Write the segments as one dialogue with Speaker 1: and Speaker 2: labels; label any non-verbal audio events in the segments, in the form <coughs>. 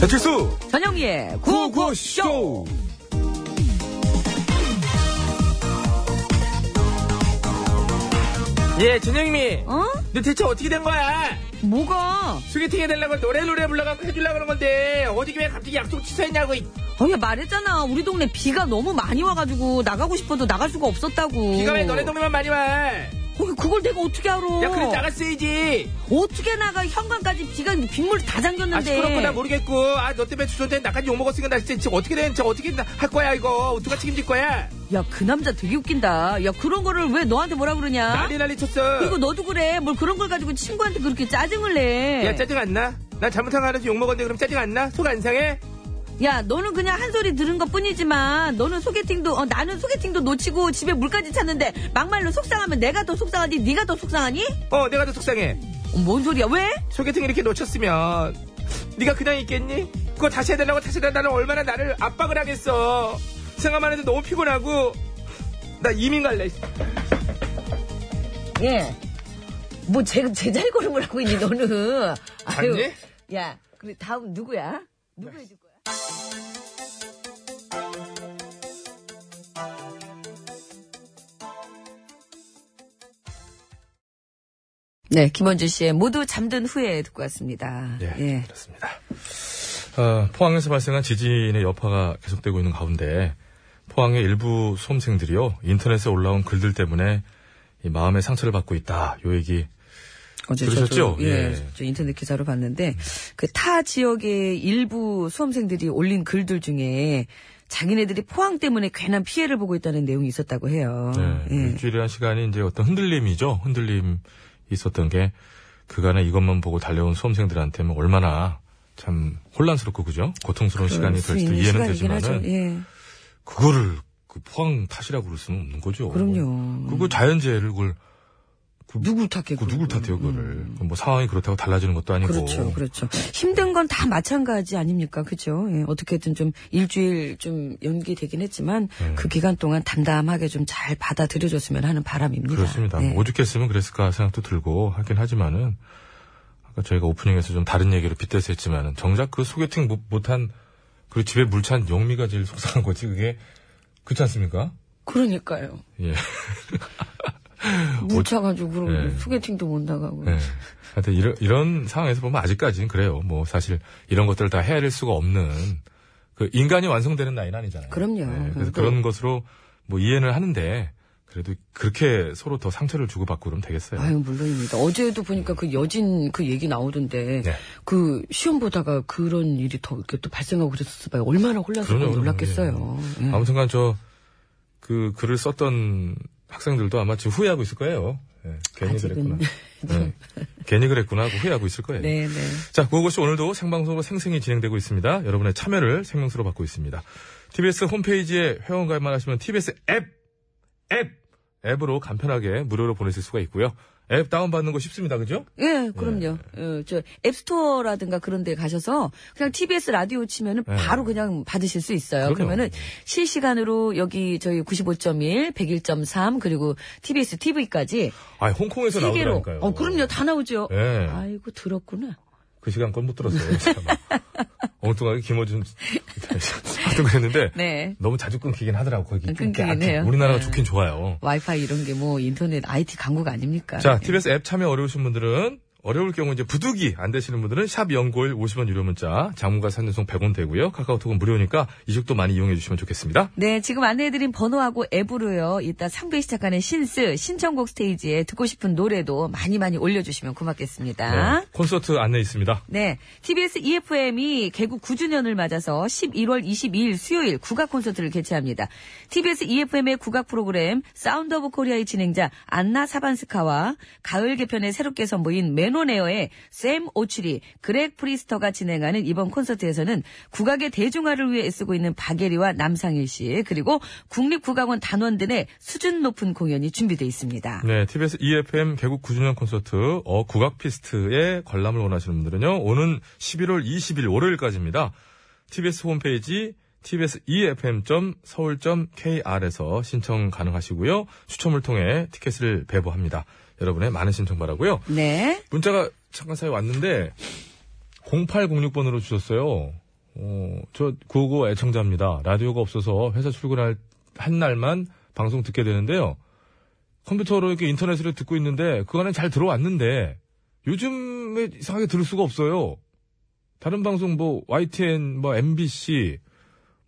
Speaker 1: 배칠수
Speaker 2: 전영미의 구호구호쇼!
Speaker 1: 구호쇼
Speaker 3: 예, 전영미.
Speaker 2: 어?
Speaker 3: 너 대체 어떻게 된 거야?
Speaker 2: 뭐가?
Speaker 3: 소개팅 해달라고 노래 노래 불러갖고 해주려고 그런 건데, 어디 왜 갑자기 약속 취소했냐고. 이
Speaker 2: 어야 말했잖아. 우리 동네 비가 너무 많이 와가지고 나가고 싶어도 나갈 수가 없었다고.
Speaker 3: 비가 왜 너네 동네만 많이 와? 야,
Speaker 2: 어, 그걸 내가 어떻게 알아?
Speaker 3: 그래, 나갔어야지.
Speaker 2: 어떻게 나가? 현관까지 비가 빗물 다 잠겼는데.
Speaker 3: 아, 시끄럽구나 모르겠고. 아, 너 때문에 주소된 나까지 욕먹었으니까 나 진짜 지금 어떻게 된, 저 어떻게 할 거야, 이거. 누가 책임질 거야?
Speaker 2: 야, 그 남자 되게 웃긴다. 야, 그런 거를 왜 너한테 뭐라 그러냐?
Speaker 3: 난리 난리 쳤어.
Speaker 2: 그리고 너도 그래. 뭘 그런 걸 가지고 친구한테 그렇게 짜증을 내.
Speaker 3: 야, 짜증 안 나? 나 잘못한 거 알아서 욕먹었는데 그럼 짜증 안 나? 속 안 상해?
Speaker 2: 야, 너는 그냥 한 소리 들은 것 뿐이지만, 너는 소개팅도, 어, 나는 소개팅도 놓치고 집에 물까지 찼는데, 막말로 속상하면 내가 더 속상하니? 네가 더 속상하니?
Speaker 3: 어, 내가 더 속상해.
Speaker 2: 어, 뭔 소리야? 왜?
Speaker 3: 소개팅 이렇게 놓쳤으면 네가 그냥 있겠니? 그거 다시 해달라고 다시 해달라고 얼마나 나를 압박을 하겠어 생각만 해도 너무 피곤하고 나 이민 갈래
Speaker 2: 예. 뭐, 제, 제자리 걸음을 하고 있니, 너는? 아유.
Speaker 3: 봤니?
Speaker 2: 야, 그래, 다음 누구야? 누구 해줄 거야? 네, 김원준 씨의 모두 잠든 후에 듣고 왔습니다.
Speaker 1: 예,
Speaker 2: 예.
Speaker 1: 그렇습니다. 어, 포항에서 발생한 지진의 여파가 계속되고 있는 가운데 포항의 일부 수험생들이요 인터넷에 올라온 글들 때문에 이 마음의 상처를 받고 있다. 요 얘기
Speaker 2: 어제
Speaker 1: 들으셨죠?
Speaker 2: 저도, 예,
Speaker 1: 예.
Speaker 2: 저 인터넷 기사로 봤는데 그 타 지역의 일부 수험생들이 올린 글들 중에 자기네들이 포항 때문에 괜한 피해를 보고 있다는 내용이 있었다고 해요.
Speaker 1: 네,
Speaker 2: 예.
Speaker 1: 일주일이라는 시간이 이제 어떤 흔들림이죠. 흔들림 있었던 게 그간에 이것만 보고 달려온 수험생들한테 뭐 얼마나 참 혼란스럽고 그죠? 고통스러운 시간이
Speaker 2: 수
Speaker 1: 될 수도
Speaker 2: 있는
Speaker 1: 이해는
Speaker 2: 시간이긴
Speaker 1: 되지만은
Speaker 2: 하죠. 예.
Speaker 1: 그거를 그 포항 탓이라고 그럴 수는 없는 거죠.
Speaker 2: 그럼요.
Speaker 1: 그거 자연재해를 그걸
Speaker 2: 누굴 탓해?
Speaker 1: 그 어, 누굴 탓해요, 그거를. 그뭐 상황이 그렇다고 달라지는 것도 아니고.
Speaker 2: 예, 음. 그렇죠, 그렇죠. 힘든 건 다 마찬가지 아닙니까, 그죠? 예, 어떻게든 좀 일주일 좀 연기되긴 했지만
Speaker 1: 네.
Speaker 2: 그 기간 동안 담담하게 좀 잘 받아들여줬으면 하는 바람입니다.
Speaker 1: 습니다 뭐
Speaker 2: 네.
Speaker 1: 오죽했으면 그랬을까 생각도 들고 하긴 하지만은 아까 저희가 오프닝에서 좀 다른 얘기로 빗대서 했지만은 정작 그 소개팅 못- 못한 그리고 집에 물찬 영미가 제일 속상한 거지 그게 그렇지 않습니까?
Speaker 2: 그러니까요. <laughs>
Speaker 1: 예. 뭐,
Speaker 2: 뭉쳐가지고 그럼
Speaker 1: 예.
Speaker 2: 소개팅도 못 나가고.
Speaker 1: 예. 하여튼 이런, 이런 상황에서 보면 아직까지는 그래요. 뭐 사실 이런 것들을 다 헤아릴 수가 없는 그 인간이 완성되는 나이는 아니잖아요. 네,
Speaker 2: 그럼요. 그럼요.
Speaker 1: 그래서 그런 것으로 뭐 이해는 하는데 그래도 그렇게 서로 더 상처를 주고받고 그러면 되겠어요.
Speaker 2: 아유 물론입니다. 어제도
Speaker 1: 예.
Speaker 2: 보니까 그 여진 그 얘기 나오던데
Speaker 1: 네.
Speaker 2: 그 시험 보다가 그런 일이 더 이렇게 또 발생하고 그랬을 바에 얼마나 혼란스럽고
Speaker 1: 그럼요,
Speaker 2: 놀랐겠어요. 예.
Speaker 1: 아무튼간 저 그 글을 썼던 학생들도 아마 지금 후회하고 있을 거예요. 예, 괜히
Speaker 2: 아직은. <laughs>
Speaker 1: 그랬구나. 예, 괜히 그랬구나 하고 후회하고 있을 거예요.
Speaker 2: 네, 네.
Speaker 1: 자, 그것이 오늘도 생방송으로 생생히 진행되고 있습니다. 여러분의 참여를 생명수로 받고 있습니다. TBS 홈페이지에 회원 가입만 하시면 TBS 앱, 앱, 앱으로 간편하게 무료로 보내실 수가 있고요. 앱 다운받는 거 쉽습니다. 그죠?
Speaker 2: 예, 그럼요. 어, 저 앱스토어라든가 그런 데 가셔서 그냥 TBS 라디오 치면은
Speaker 1: 예.
Speaker 2: 바로 그냥 받으실 수 있어요.
Speaker 1: 그럼요.
Speaker 2: 그러면은 실시간으로 여기 저희 95.1, 101.3 그리고 TBS TV까지
Speaker 1: 아, 홍콩에서
Speaker 2: 세 개로
Speaker 1: 나오더라니까요.
Speaker 2: 어, 그럼요. 다 나오죠.
Speaker 1: 예.
Speaker 2: 아이고 들었구나.
Speaker 1: 그 시간 건 못 들었어요. <laughs> 참. 엉뚱하게 김어준 하여튼 그랬는데
Speaker 2: 네. 음,
Speaker 1: 너무 자주 끊기긴 하더라고. 거기
Speaker 2: 끊기긴
Speaker 1: 끊기- 아,
Speaker 2: 해요.
Speaker 1: 우리나라가
Speaker 2: 네.
Speaker 1: 좋긴 좋아요.
Speaker 2: 와이파이 이런 게 뭐 인터넷 IT 광고가 아닙니까?
Speaker 1: 자, TBS 앱 참여 어려우신 분들은 어려울 경우 이제 부득이 안 되시는 분들은 샵 연골 50원 유료 문자, 장문과 산전송 100원 되고요. 카카오톡은 무료니까 이쪽도 많이 이용해 주시면 좋겠습니다.
Speaker 2: 네, 지금 안내해드린 번호하고 앱으로요. 이따 3부에 시작하는 신스 신청곡 스테이지에 듣고 싶은 노래도 많이 많이 올려주시면 고맙겠습니다.
Speaker 1: 네, 콘서트 안내 있습니다.
Speaker 2: 네. TBS EFM이 개국 9주년을 맞아서 11월 22일 수요일 국악 콘서트를 개최합니다. TBS EFM의 국악 프로그램 사운드 오브 코리아의 진행자 안나 사반스카와 가을 개편에 새롭게 선보인 맨온에어의 샘 오츄리, 그렉 프리스터가 진행하는 이번 콘서트에서는 국악의 대중화를 위해 애쓰고 있는 박예리와 남상일 씨, 그리고 국립국악원 단원 등의 수준 높은 공연이 준비돼 있습니다.
Speaker 1: 네, TBS EFM 개국 9주년 콘서트 어 국악 피스트의 관람을 원하시는 분들은요. 오는 11월 20일 월요일까지입니다. TBS 홈페이지 E TBS EFM 서울 KR에서 신청 가능하시고요. 추첨을 통해 티켓을 배부합니다. 여러분의 많은 신청 바라고요.
Speaker 2: 네.
Speaker 1: 문자가 잠깐 사이 왔는데 0806번으로 주셨어요. 어, 저 구호고 애청자입니다. 라디오가 없어서 회사 출근할 한 날만 방송 듣게 되는데요. 컴퓨터로 이렇게 인터넷으로 듣고 있는데 그간엔 잘 들어왔는데 요즘에 이상하게 들을 수가 없어요. 다른 방송 뭐 YTN, 뭐 MBC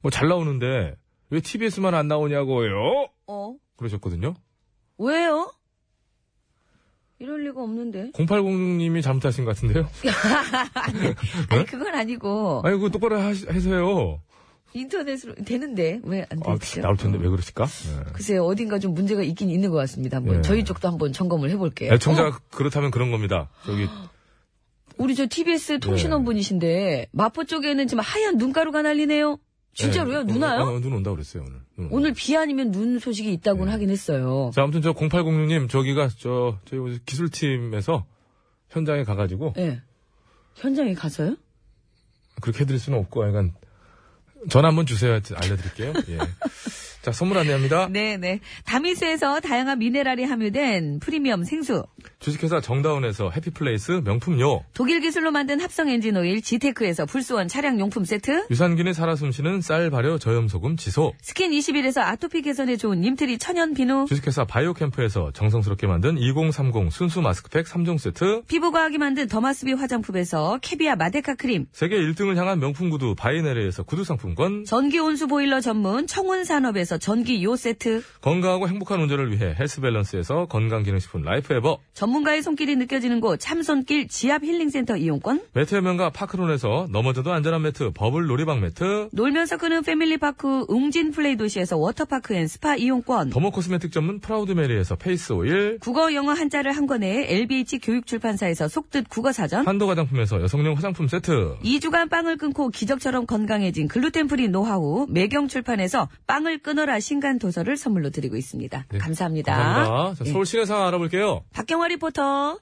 Speaker 1: 뭐 잘 나오는데 왜 TBS만 안 나오냐고요?
Speaker 2: 어?
Speaker 1: 그러셨거든요.
Speaker 2: 왜요? 이럴 리가 없는데.
Speaker 1: 0806님이 잘못하신 것 같은데요. 네?
Speaker 2: 아니, 그건 아니고.
Speaker 1: 아니 그거 똑바로 하시- 해서요.
Speaker 2: 인터넷으로 되는데, 왜 안
Speaker 1: 아,
Speaker 2: 되죠?
Speaker 1: 나올 텐데 왜 그러실까? 네.
Speaker 2: 글쎄요, 어딘가 좀 문제가 있긴 있는 것 같습니다. 한번
Speaker 1: 예.
Speaker 2: 저희 쪽도 한번 점검을 해볼게요.
Speaker 1: 네, 애청자가
Speaker 2: 어머,
Speaker 1: 그렇다면 그런 겁니다. 저기
Speaker 2: 우리 저 TBS 통신원
Speaker 1: 예.
Speaker 2: 분이신데, 마포 쪽에는 지금 하얀 눈가루가 날리네요? 진짜로요?
Speaker 1: 네,
Speaker 2: 눈 와요?
Speaker 1: 어, 네. 어, 눈 온다 그랬어요 오늘. 눈 온다.
Speaker 2: 오늘 비 아니면 눈 소식이 있다고는 하긴 했어요.
Speaker 1: 자 아무튼 저 0806님 저기가 저 저희 기술팀에서 현장에 가가지고
Speaker 2: 예. 현장에 가서요?
Speaker 1: 그렇게 해드릴 수는 없고 약간 전화 한번 주세요 하여튼 알려드릴게요. 예. 자 선물 안내합니다.
Speaker 2: 네네. 다미수에서 다양한 미네랄이 함유된 프리미엄 생수.
Speaker 1: 주식회사 정다운에서 해피플레이스 명품요.
Speaker 2: 독일 기술로 만든 합성 엔진 오일 지테크에서 불수원 차량 용품 세트.
Speaker 1: 유산균이 살아 숨쉬는 쌀 발효 저염소금 지소.
Speaker 2: 스킨 21에서 아토피 개선에 좋은 님트리 천연 비누.
Speaker 1: 주식회사 바이오캠프에서 정성스럽게 만든 2030 순수 마스크팩 3종 세트.
Speaker 2: 피부과학이 만든 더마스비 화장품에서 캐비아 마데카 크림.
Speaker 1: 세계 1등을 향한 명품 구두 바이네르에서 구두 상품권.
Speaker 2: 전기 온수 보일러 전문 청운산업에서 전기 요 세트.
Speaker 1: 건강하고 행복한 운전을 위해 헬스밸런스에서 건강기능식품 라이프에버.
Speaker 2: 전문가의 손길이 느껴지는 곳 참손길 지압 힐링센터 이용권.
Speaker 1: 매트의 명가 파크론에서 넘어져도 안전한 매트 버블 놀이방 매트.
Speaker 2: 놀면서 끄는 패밀리파크 웅진 플레이 도시에서 워터파크 앤 스파 이용권.
Speaker 1: 더모 코스메틱 전문 프라우드메리에서 페이스 오일.
Speaker 2: 국어 영어 한자를 한 권에 LBH 교육출판사에서 속뜻 국어사전
Speaker 1: 한도 화장품에서 여성용 화장품 세트.
Speaker 2: 2주간 빵을 끊고 기적처럼 건강해진 글루텐프리 노하우 매경출판에서 빵을 끊어라 신간 도서를 선물로 드리고 있습니다.
Speaker 1: 네,
Speaker 2: 감사합니다.
Speaker 1: 감사합니다. 자,
Speaker 2: 예.
Speaker 1: 서울 시내 상황 알아볼게요.
Speaker 2: 박경화 리포터.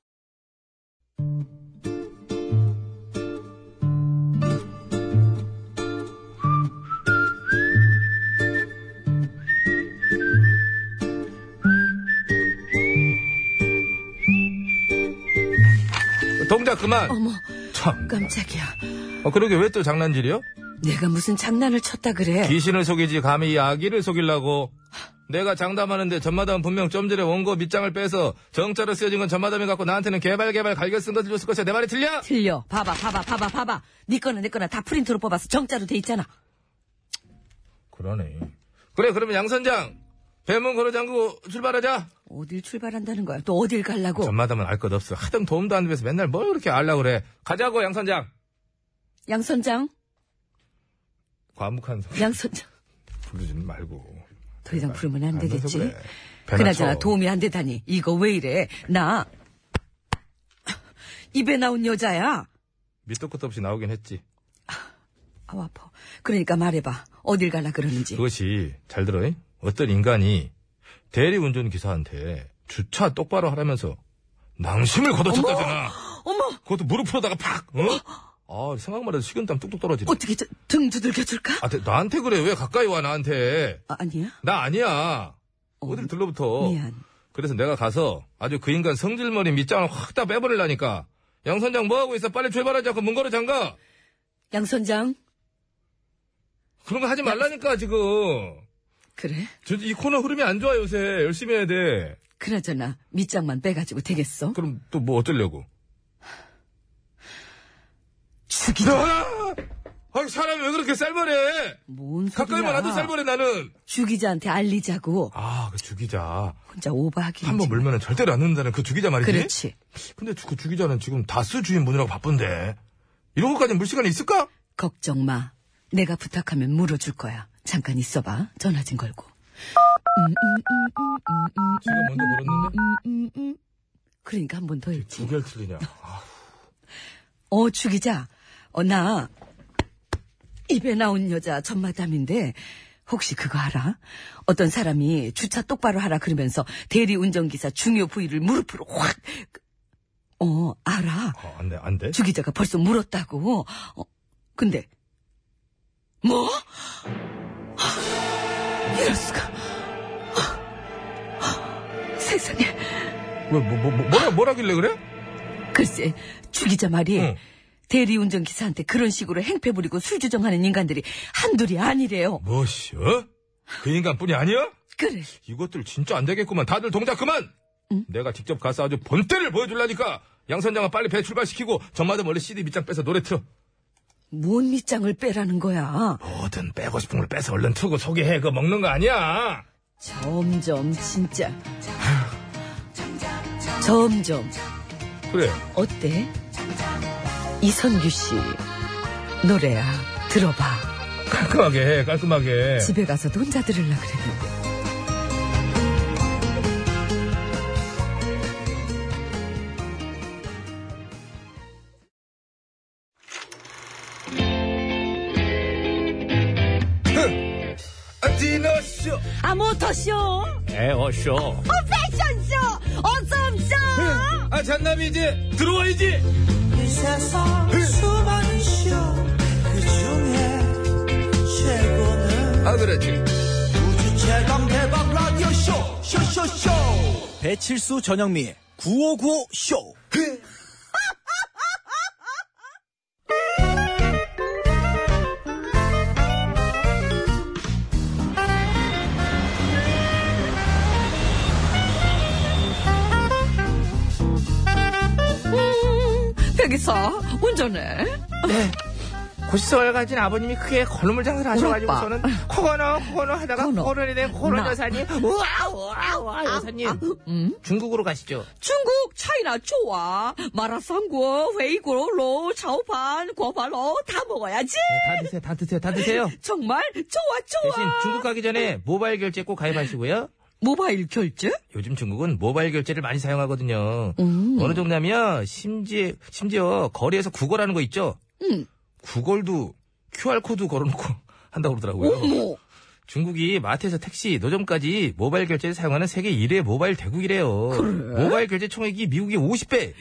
Speaker 1: 동작 그만.
Speaker 2: 어머
Speaker 1: 참.
Speaker 2: 깜짝이야.
Speaker 1: 어, 그러게 왜 또 장난질이요?
Speaker 2: 내가 무슨 장난을 쳤다 그래.
Speaker 1: 귀신을 속이지 감히 아기를 속이려고. 내가 장담하는데 전마담 분명 좀 전에 원고 밑장을 빼서 정자로 쓰여진 건 전마담이 갖고 나한테는 개발 개발 갈겨 쓴 것을 줬을 것이야. 내 말이 틀려?
Speaker 2: 틀려. 봐봐 봐봐 봐봐 봐봐. 네 거나 내 거나 다 프린트로 뽑아서 정자로 돼 있잖아.
Speaker 1: 그러네. 그래 그러면 양 선장 배문 걸어 잠그고 출발하자.
Speaker 2: 어딜 출발한다는 거야. 또 어딜 가려고.
Speaker 1: 전마담은 알 것 없어. 하등 도움도 안 돼서 맨날 뭘 그렇게 알라 그래. 가자고 양 선장.
Speaker 2: 양선장.
Speaker 1: 과묵한 소리
Speaker 2: 양선장.
Speaker 1: 부르지는 말고.
Speaker 2: 더 이상 부르면 안
Speaker 1: 알면서
Speaker 2: 되겠지.
Speaker 1: 그래. 배나
Speaker 2: 그나저나
Speaker 1: 쳐.
Speaker 2: 도움이 안 되다니 이거 왜 이래 나 입에 나온 여자야
Speaker 1: 밑도 끝도 없이 나오긴 했지.
Speaker 2: 아우 아파 그러니까 말해봐 어딜 가라 그러는지
Speaker 1: 그것이 잘 들어. 잉? 어떤 인간이 대리운전 기사한테 주차 똑바로 하라면서 낭심을 걷어쳤다잖아.
Speaker 2: 어머
Speaker 1: 그것도 무릎으로다가 팍. 어? 아 생각만 해도 식은땀 뚝뚝 떨어지네.
Speaker 2: 어떻게 저, 등 두들겨 줄까
Speaker 1: 아, 대- 나한테 그래 왜 가까이 와 나한테?
Speaker 2: 아, 니야
Speaker 1: 나 아니야.
Speaker 2: 어,
Speaker 1: 어딜 들러붙어.
Speaker 2: 미안
Speaker 1: 그래서 내가 가서 아주 그 인간 성질머리 밑장을 확 다 빼버리려니까. 양 선장 뭐하고 있어? 빨리 출발하자. 그 문걸어 잠가.
Speaker 2: 양선장
Speaker 1: 그런 거 하지 말라니까 지금.
Speaker 2: 그래
Speaker 1: 저- 이 코너 흐름이 안 좋아 요새. 열심히 해야 돼.
Speaker 2: 그나저나 밑장만 빼가지고 되겠어
Speaker 1: 그럼 또 뭐 어쩌려고?
Speaker 2: 죽이자
Speaker 1: 아! 아, 사람이 왜 그렇게 쌀벌해?
Speaker 2: 뭔 소리야
Speaker 1: 가까이만 와도 쌀벌해 나는.
Speaker 2: 죽이자한테 알리자고
Speaker 1: 아, 그 주기자.
Speaker 2: 혼자 오버하기
Speaker 1: 한 번 물면은 절대로 안 늦는다는 그 주기자 말이지.
Speaker 2: 그렇지
Speaker 1: 근데 그 주기자는 지금 다스 주인 분이라고 바쁜데. 이런 것까지 물 시간이 있을까?
Speaker 2: 걱정 마 내가 부탁하면 물어줄 거야 잠깐 있어봐 전화 좀 걸고
Speaker 1: 지금 먼저 걸었는데
Speaker 2: 그러니까 한 번 더 했지
Speaker 1: 두 개를 틀리냐. 아,
Speaker 2: 어, 주기자. 어, 나, 입에 나온 여자 전마담인데, 혹시 그거 알아? 어떤 사람이 주차 똑바로 하라 그러면서 대리 운전기사 중요 부위를 무릎으로 확, 그, 어, 알아.
Speaker 1: 아, 안 돼, 안 돼.
Speaker 2: 주기자가 벌써 물었다고. 어, 근데, 뭐? 하, 이럴 수가. 하, 하, 세상에.
Speaker 1: 왜, 뭐, 뭐, 뭐, 뭐라, 뭐라길래 그래?
Speaker 2: 글쎄, 주기자 말이
Speaker 1: 응.
Speaker 2: 대리운전 기사한테 그런 식으로 행패 부리고 술 주정하는 인간들이 한둘이 아니래요.
Speaker 1: 뭐시여? 그 인간뿐이 아니야?
Speaker 2: 그래.
Speaker 1: 이것들 진짜 안 되겠구만. 다들 동작 그만! 내가 직접 가서 아주 본때를 보여줄라니까! 양선장아 빨리 배 출발시키고 전마다 원래 CD 밑장 빼서 노래 틀어.
Speaker 2: 뭔 밑장을 빼라는 거야.
Speaker 1: 뭐든 빼고 싶은 걸 빼서 얼른 틀고 소개해. 그거 먹는 거 아니야!
Speaker 2: 점점 진짜. 점점
Speaker 1: 그래.
Speaker 2: 어때? 이선규 씨 노래야 들어봐.
Speaker 1: 깔끔하게 해, 깔끔하게.
Speaker 2: 집에 가서 혼자 들으려 그랬는데.
Speaker 1: 디너쇼!
Speaker 2: 아 모터쇼, 아
Speaker 1: 에어쇼.
Speaker 2: 패션쇼, 어썸쇼.
Speaker 1: 아, 잔남이 이제 들어와야지!
Speaker 4: 이 세상 수많은 쇼그 중에 최고는
Speaker 1: 아, 그렇지.
Speaker 4: 우주 최강 대박 라디오 쇼 쇼쇼쇼 배칠수 전영미 9595 쇼.
Speaker 2: 백이사 운전해.
Speaker 3: 고시성을 가진 아버님이 크게 건어물 장사를 하셔가지고
Speaker 2: 오빠.
Speaker 3: 저는 코거너 코거너 하다가
Speaker 2: 코너. 음. 아,
Speaker 3: 코로나에 대한 코로
Speaker 2: 나.
Speaker 3: 여사님 우와 우와 우와 여사님
Speaker 2: 음.
Speaker 3: 중국으로 가시죠
Speaker 2: 중국 차이나 좋아. 마라샹궈, 회이고, 로, 차오판, 고발로 다 먹어야지.
Speaker 3: 네, 다 드세요 다 드세요 다 드세요
Speaker 2: 정말 좋아 좋아.
Speaker 3: 대신 중국 가기 전에 모바일 결제 꼭 가입하시고요
Speaker 2: 모바일 결제?
Speaker 3: 요즘 중국은 모바일 결제를 많이 사용하거든요
Speaker 2: 음.
Speaker 3: 어느 정도냐면 심지어 심지어 거리에서 구걸하는 거 있죠
Speaker 2: 응.
Speaker 3: 구걸도 QR코드 걸어놓고 <laughs> 한다고 그러더라고요
Speaker 2: 어머. 뭐.
Speaker 3: 중국이 마트에서 택시, 노점까지 모바일 결제를 사용하는 세계 1위 모바일 대국이래요. 모바일 결제 총액이 미국의 50배.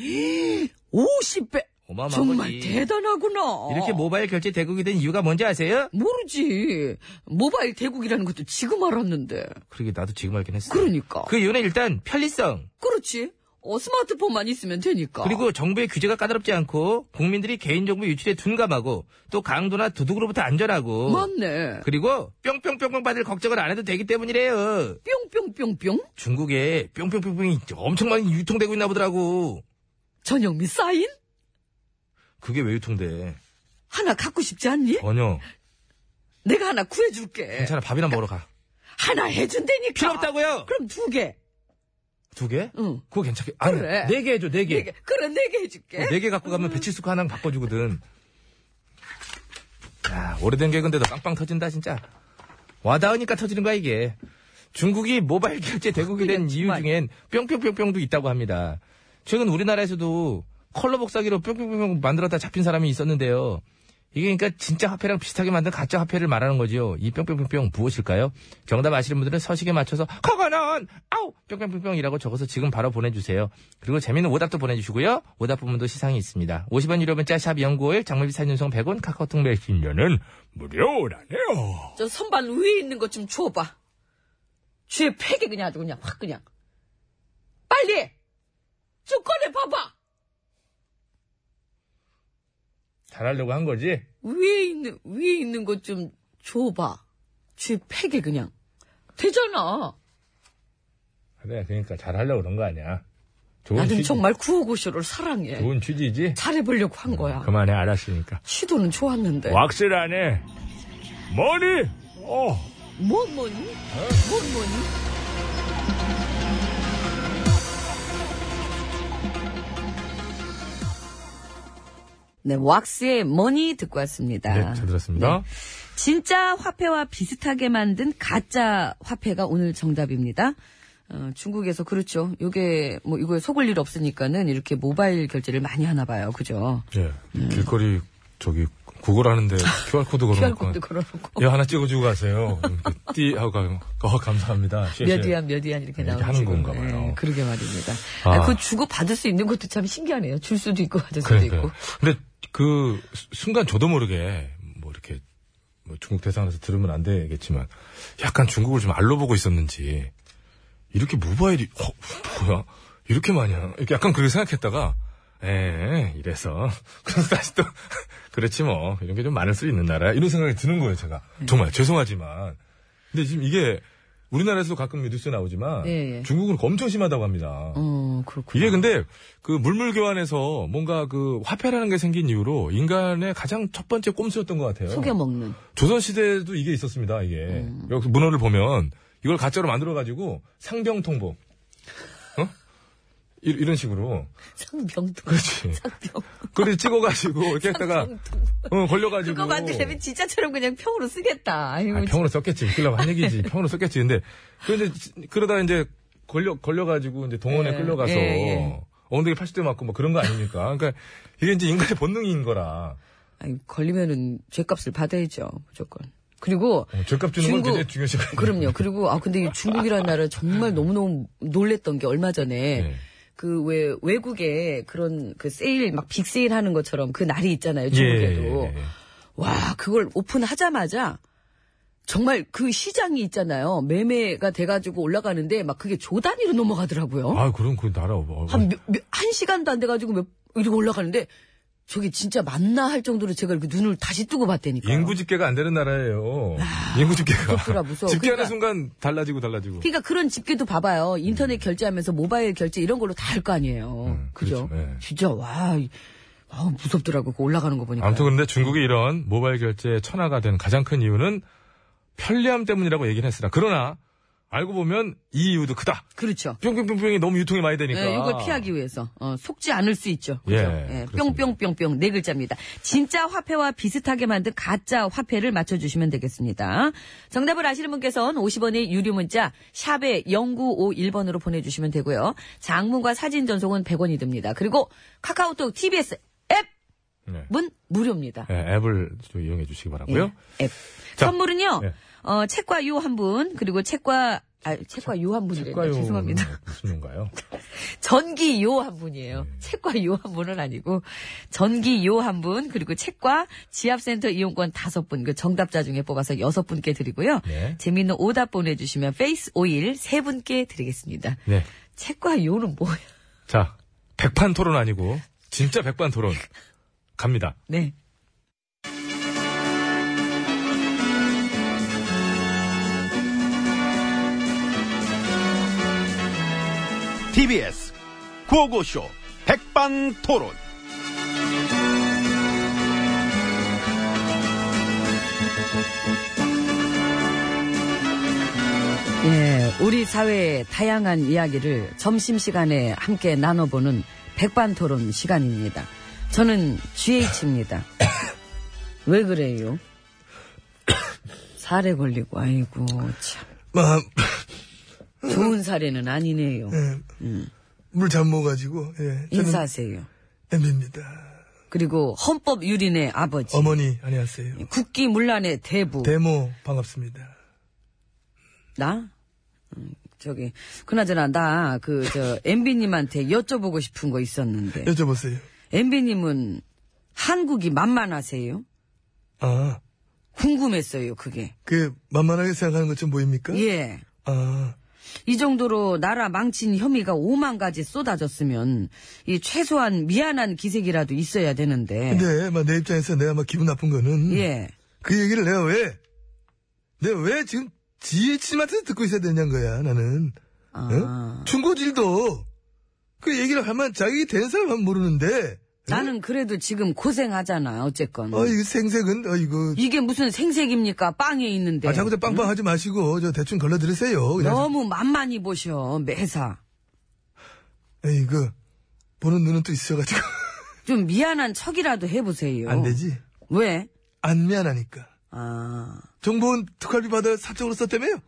Speaker 2: 50배.
Speaker 3: 어마어마한
Speaker 2: 정말
Speaker 3: 거지.
Speaker 2: 대단하구나.
Speaker 3: 이렇게 모바일 결제 대국이 된 이유가 뭔지 아세요?
Speaker 2: 모르지. 모바일 대국이라는 것도 지금 알았는데.
Speaker 3: 그러게 나도 지금 알긴 했어.
Speaker 2: 그러니까.
Speaker 3: 그 이유는 일단 편리성.
Speaker 2: 그렇지. 어, 스마트폰만 있으면 되니까.
Speaker 3: 그리고 정부의 규제가 까다롭지 않고 국민들이 개인정보 유출에 둔감하고 또 강도나 도둑으로부터 안전하고
Speaker 2: 맞네.
Speaker 3: 그리고 뿅뿅뿅뿅 받을 걱정을 안 해도 되기 때문이래요.
Speaker 2: 뿅뿅뿅뿅.
Speaker 3: 중국에 뿅뿅뿅뿅이 엄청 많이 유통되고 있나 보더라고.
Speaker 2: 전영미 사인?
Speaker 1: 그게 왜 유통돼?
Speaker 2: 하나 갖고 싶지 않니?
Speaker 3: 어.
Speaker 1: 전혀.
Speaker 2: 내가 하나 구해줄게.
Speaker 1: 괜찮아, 밥이나 먹으러 가.
Speaker 2: 하나 해준다니까.
Speaker 3: 필요 없다고요.
Speaker 2: 그럼 두 개.
Speaker 1: 두 개?
Speaker 2: 응.
Speaker 1: 그거 괜찮게. 아니,
Speaker 2: 그래.
Speaker 1: 네개 해줘, 네 개.
Speaker 2: 네 개. 그래, 네 개 해줄게.
Speaker 1: 네 개 갖고 가면 배치수가 하나 바꿔주거든. 야, 오래된 개근데도 빵빵 터진다, 진짜.
Speaker 3: 와닿으니까 터지는 거야 이게. 중국이 모바일 결제 대국이 된 이유
Speaker 2: 정말.
Speaker 3: 중엔 뿅뿅뿅뿅도 있다고 합니다. 최근 우리나라에서도 컬러 복사기로 뿅뿅뿅뿅 만들었다 잡힌 사람이 있었는데요. 이게 그러니까 진짜 화폐랑 비슷하게 만든 가짜 화폐를 말하는 거죠. 이 뿅뿅뿅뿅 무엇일까요? 정답 아시는 분들은 서식에 맞춰서 그거는 아우 뿅뿅뿅뿅이라고 적어서 지금 바로 보내주세요. 그리고 재미있는 오답도 보내주시고요. 오답 부분도 시상이 있습니다. 50원 유료 문자 샵 0951, 장물비 사진송 100원, 카카오톡 메신저는 무료라네요.
Speaker 2: 저 선반 위에 있는 것 좀 줘봐. 쥐의 팩이 그냥 아주 그냥 확 그냥. 빨리! 좀 꺼내봐봐!
Speaker 1: 잘하려고 한 거지?
Speaker 2: 위에 있는, 위에 있는 것 좀 줘봐. 쥐의 팩이 그냥. 되잖아.
Speaker 1: 그래, 그러니까 잘하려고 그런 거 아니야. 좋은
Speaker 2: 나는 정말 구호고쇼를 사랑해.
Speaker 1: 좋은 취지지?
Speaker 2: 잘해보려고 한 거야.
Speaker 1: 그만해, 알았으니까.
Speaker 2: 시도는 좋았는데.
Speaker 1: 왁스라네. 머리! 어.
Speaker 2: 뭔, 뭔? 뭔, 뭔? 네, 왁스의 머니 듣고 왔습니다.
Speaker 1: 네, 잘 들었습니다.
Speaker 2: 네. 진짜 화폐와 비슷하게 만든 가짜 화폐가 오늘 정답입니다. 어, 중국에서 그렇죠. 요게 뭐 이거에 속을 일 없으니까는 이렇게 모바일 결제를 많이 하나 봐요. 그죠?
Speaker 1: 예. 길거리, 저기, 구글하는데 QR코드
Speaker 2: <laughs>
Speaker 1: 걸어놓고.
Speaker 2: QR코드 걸어놓고
Speaker 1: 예, 하나 찍어주고 가세요. 이렇게 띠 하고 가면, 어, 감사합니다. 쉐쉐.
Speaker 2: 몇 위안 몇 위안 이렇게
Speaker 1: 예, 이렇게
Speaker 2: 나오는
Speaker 1: 하는
Speaker 2: 지금.
Speaker 1: 건가 봐요.
Speaker 2: 예, 그러게 말입니다.
Speaker 1: 아.
Speaker 2: 아, 그거 주고 받을 수 있는 것도 참 신기하네요. 줄 수도 있고 받을 수도
Speaker 1: 그러니까요.
Speaker 2: 있고.
Speaker 1: 근데 그 수- 순간 저도 모르게 뭐 이렇게 뭐 중국 대상에서 들으면 안 되겠지만 약간 중국을 좀 알로 보고 있었는지 이렇게 모바일이 어, 뭐야 이렇게 많이 하나? 이렇게 약간 그렇게 생각했다가 에 이래서 <laughs> 그래서 다시 또 그렇지 뭐 이런 게 좀 많을 수 있는 나라 이런 생각이 드는 거예요 제가
Speaker 2: 네.
Speaker 1: 정말 죄송하지만 근데 지금 이게 우리나라에서도 가끔 뉴스에 나오지만
Speaker 2: 예, 예.
Speaker 1: 중국은 엄청 심하다고 합니다.
Speaker 2: 어, 그렇군요.
Speaker 1: 이게 근데 그 물물 교환에서 뭔가 그 화폐라는 게 생긴 이후로 인간의 가장 첫 번째 꼼수였던 것 같아요.
Speaker 2: 속여 먹는.
Speaker 1: 조선 시대에도 이게 있었습니다. 이게
Speaker 2: 음.
Speaker 1: 여기 문헌을 보면 이걸 가짜로 만들어 가지고 상병통보, 어? 이, 이런 식으로
Speaker 2: 상병통.
Speaker 1: 그렇지.
Speaker 2: 상병.
Speaker 1: 그걸 찍어가지고 이렇게 했다가 어, 걸려가지고
Speaker 2: 그거 만들려면 진짜처럼 그냥 평으로 쓰겠다. 뭐 아이고,
Speaker 1: 아, 평으로 썼겠지. 웃기려고
Speaker 2: <laughs>
Speaker 1: 한 얘기지. 평으로 썼겠지. 근데, 그 이제, 지- 그러다 이제, 걸려, 걸려가지고, 이제 동원에
Speaker 2: 예,
Speaker 1: 끌려가서,
Speaker 2: 예, 예.
Speaker 1: 엉덩이 80대 맞고, 뭐 그런 거 아닙니까? 그러니까, 이게 이제 인간의 본능인 거라.
Speaker 2: 아니, 걸리면은 죄값을 받아야죠, 무조건. 그리고
Speaker 1: 어, 죄값 주는 건 굉장히 중요시
Speaker 2: 그럼요. 그리고 아 근데 이 중국이라는 나라 정말 너무너무 놀랬던 게 얼마 전에
Speaker 1: 네.
Speaker 2: 그 왜 외국에 그런 그 세일 막 빅세일 하는 것처럼 그 날이 있잖아요, 중국에도.
Speaker 1: 예, 예, 예.
Speaker 2: 와, 그걸 오픈하자마자 정말 그 시장이 있잖아요. 매매가 돼가지고 올라가는데 막 그게 조 단위로 넘어가더라고요.
Speaker 1: 아, 그럼 그 나라, 뭐,
Speaker 2: 한, 몇- 몇- 한 시간도 안 돼가지고 몇, 이렇게 올라가는데 저게 진짜 맞나 할 정도로 제가 이렇게 눈을 다시 뜨고 봤다니까요.
Speaker 1: 인구 집계가 안 되는 나라예요. 인구 집계가.
Speaker 2: 무섭더라, 무서워.
Speaker 1: <laughs> 집계하는
Speaker 2: 아, 그러니까-
Speaker 1: 순간 달라지고 달라지고.
Speaker 2: 그러니까 그런 집계도 봐봐요. 인터넷 결제하면서 모바일 결제 이런 걸로 다 할 거 아니에요.
Speaker 1: 음,
Speaker 2: 그죠?
Speaker 1: 그렇죠. 예.
Speaker 2: 진짜 와, 이- 아우, 무섭더라고. 그거 올라가는 거 보니까.
Speaker 1: 아무튼 그런데 중국이 이런 모바일 결제의 천하가 된 가장 큰 이유는 편리함 때문이라고 얘기는 했으나, 그러나, 알고 보면 이 이유도 크다.
Speaker 2: 그렇죠.
Speaker 1: 뿅뿅뿅뿅이 너무 유통이 많이 되니까.
Speaker 2: 예, 이걸 피하기 위해서 어, 속지 않을 수 있죠.
Speaker 1: 아. 예,
Speaker 2: 그죠? 예,
Speaker 1: 그렇습니다.
Speaker 2: 뿅뿅뿅뿅 네 글자입니다. 진짜 화폐와 비슷하게 만든 가짜 화폐를 맞춰주시면 되겠습니다. 정답을 아시는 분께서는 50원의 유료 문자 샵에 0951번으로 보내주시면 되고요. 장문과 사진 전송은 100원이 듭니다. 그리고 카카오톡 TBS 앱은
Speaker 1: 네.
Speaker 2: 무료입니다.
Speaker 1: 예, 앱을 좀 이용해 주시기 바라고요.
Speaker 2: 예, 앱.
Speaker 1: 자,
Speaker 2: 선물은요.
Speaker 1: 예.
Speaker 2: 어, 책과 유 한 분, 그리고 책과 아, 책과 유 한 분이래요.
Speaker 1: 책과요.
Speaker 2: 죄송합니다.
Speaker 1: 음, 무슨 용가요?
Speaker 2: 전기 요 한 분이에요.
Speaker 1: 네.
Speaker 2: 책과 요 한 분은 아니고 전기 요 한 분, 그리고 책과 지압센터 이용권 다섯 분, 그 정답자 중에 뽑아서 여섯 분께 드리고요.
Speaker 1: 네.
Speaker 2: 재미있는 오답 보내주시면 페이스 오일 세 분께 드리겠습니다.
Speaker 1: 네.
Speaker 2: 책과 요는 뭐야?
Speaker 1: 자, 백판 토론 아니고 진짜 백반 토론 갑니다.
Speaker 2: 네.
Speaker 5: TBS 구호고쇼 백반토론.
Speaker 2: 예, 우리 사회의 다양한 이야기를 점심시간에 함께 나눠보는 백반토론 시간입니다. 저는
Speaker 6: <coughs>
Speaker 2: GH입니다. 왜 그래요? 살에 걸리고, 아이고, 참.
Speaker 6: 막,
Speaker 2: 좋은 사례는
Speaker 6: 예,
Speaker 2: 아니네요.
Speaker 6: 물 잠 먹어가지고, 예. 저는
Speaker 2: 인사하세요.
Speaker 6: 엠비입니다.
Speaker 2: 그리고 헌법 유린의 아버지.
Speaker 6: 어머니, 안녕하세요.
Speaker 2: 국기 문란의 대부.
Speaker 6: 데모, 반갑습니다.
Speaker 2: 나? 음, 저기, 그나저나, 나, 그, 저, MB님한테 여쭤보고 싶은 거 있었는데.
Speaker 6: 여쭤보세요.
Speaker 2: 엠비님은 한국이 만만하세요?
Speaker 6: 아,
Speaker 2: 궁금했어요, 그게.
Speaker 6: 그, 만만하게 생각하는 것좀 보입니까?
Speaker 2: 예.
Speaker 6: 아,
Speaker 2: 이 정도로 나라 망친 혐의가 5만 가지 쏟아졌으면, 이 최소한 미안한 기색이라도 있어야 되는데.
Speaker 6: 근데, 예, 막, 내 입장에서 내가 막 기분 나쁜 거는.
Speaker 2: 예.
Speaker 6: 그 얘기를 내가 왜, 내가 왜 지금 GH한테서 듣고 있어야 되냐는 거야, 나는.
Speaker 2: 아.
Speaker 6: 응? 중고질도, 그 얘기를 하면 자기 된 사람만 모르는데.
Speaker 2: 나는 그래도 지금 고생하잖아, 어쨌건.
Speaker 6: 어, 이 생색은, 어, 이거.
Speaker 2: 이게 무슨 생색입니까? 빵에 있는데.
Speaker 6: 아, 자꾸 저 빵빵하지 마시고, 저 대충 걸러들으세요. 그냥
Speaker 2: 너무 만만히 보셔, 매사.
Speaker 6: 에이, 그, 보는 눈은 또 있어가지고.
Speaker 2: 좀 미안한 척이라도 해보세요.
Speaker 6: 안 되지?
Speaker 2: 왜?
Speaker 6: 안 미안하니까.
Speaker 2: 아,
Speaker 6: 정보원 특활비 받아 사적으로 썼다며요?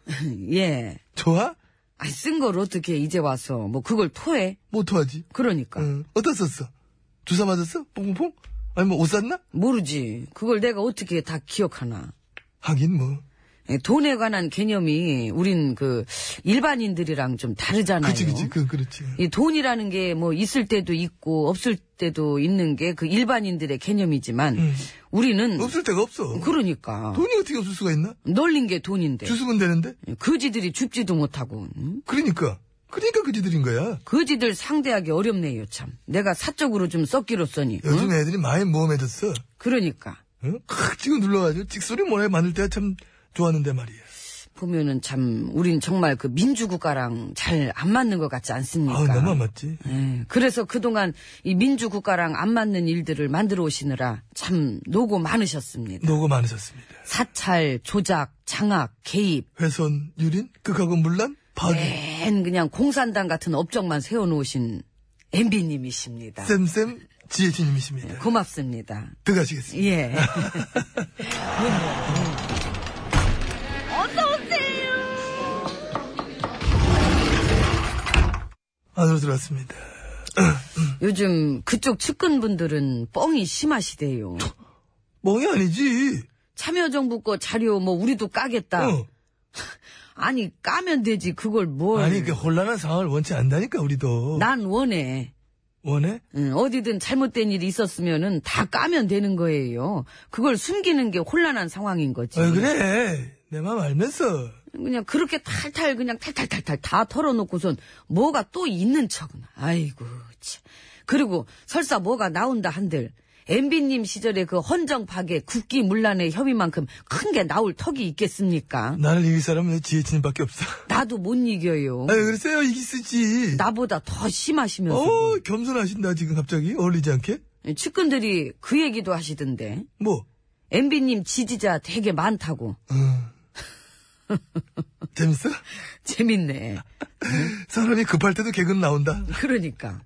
Speaker 2: 예.
Speaker 6: 좋아?
Speaker 2: 아, 쓴 걸 어떻게 이제 와서, 뭐, 그걸 토해?
Speaker 6: 뭐 토하지?
Speaker 2: 그러니까.
Speaker 6: 응. 어떻었어? 주사 맞았어? 뽕뽕뽕? 아니, 뭐, 옷 샀나?
Speaker 2: 모르지. 그걸 내가 어떻게 다 기억하나.
Speaker 6: 하긴, 뭐.
Speaker 2: 예, 돈에 관한 개념이 우린 그 일반인들이랑 좀 다르잖아요. 음.
Speaker 6: 그치, 그치, 그, 그렇지.
Speaker 2: 이 돈이라는 게 뭐 있을 때도 있고 없을 때도 있는 게 그 일반인들의 개념이지만 우리는
Speaker 6: 음. 없을 데가 없어.
Speaker 2: 그러니까 예.
Speaker 6: 돈이 어떻게 없을 수가 있나?
Speaker 2: 널린 게 돈인데
Speaker 6: 주스면 되는데?
Speaker 2: 거지들이 줍지도 못하고 응?
Speaker 6: 그러니까. 그러니까 그지들인 거야.
Speaker 2: 거지들 상대하기 어렵네요, 참. 내가 사적으로 좀 썩기로 써니. 응?
Speaker 6: 요즘 애들이 많이 모험해졌어.
Speaker 2: 그러니까.
Speaker 6: 응? 칵 찍어 눌러가지고 찍소리 뭐라 만들 때가 참 좋았는데 말이야.
Speaker 2: 보면은 참, 우린 정말 그 민주국가랑 잘 안 맞는 것 같지 않습니까?
Speaker 6: 아우 너무 안 맞지.
Speaker 2: 예, 그래서 그동안 이 민주국가랑 안 맞는 일들을 만들어 오시느라 참 노고 많으셨습니다.
Speaker 6: 노고 많으셨습니다.
Speaker 2: 사찰, 조작, 장악, 개입,
Speaker 6: 훼손, 유린, 극하고 물란, 파기.
Speaker 2: 맨 그냥 공산당 같은 업적만 세워놓으신 MB님이십니다.
Speaker 6: 쌤쌤 지혜진님이십니다.
Speaker 2: 그 고맙습니다.
Speaker 6: 들어가시겠습니다.
Speaker 2: 예.
Speaker 6: 안으로 아, 들어왔습니다.
Speaker 2: 요즘 그쪽 측근분들은 뻥이 심하시대요.
Speaker 6: 멍이 아니지.
Speaker 2: 참여정부 거 자료 뭐 우리도 까겠다.
Speaker 6: 어.
Speaker 2: 아니 까면 되지 그걸 뭘.
Speaker 6: 아니 그 혼란한 상황을 원치 않다니까 우리도.
Speaker 2: 난 원해.
Speaker 6: 원해?
Speaker 2: 응, 어디든 잘못된 일이 있었으면은 다 까면 되는 거예요. 그걸 숨기는 게 혼란한 상황인 거지.
Speaker 6: 어 그래. 내 마음 알면서.
Speaker 2: 그냥 그렇게 탈탈 그냥 탈탈탈탈 다 털어놓고선 뭐가 또 있는 척은 아이고 참. 그리고 설사 뭐가 나온다 한들 MB님 시절에 그 헌정 파괴 국기 문란의 혐의만큼 큰 게 나올 턱이 있겠습니까?
Speaker 6: 나를 이길 사람은 지혜진님밖에 없어.
Speaker 2: 나도 못 이겨요.
Speaker 6: 아 그랬어요 이기 쓰지.
Speaker 2: 나보다 더 심하시면서
Speaker 6: 어 겸손하신다 지금 갑자기 어울리지 않게.
Speaker 2: 측근들이 그 얘기도 하시던데
Speaker 6: 뭐.
Speaker 2: MB님 지지자 되게 많다고
Speaker 6: 어. 재밌어?
Speaker 2: 재밌네.
Speaker 6: 사람이 급할 때도 개그는 나온다.
Speaker 2: 그러니까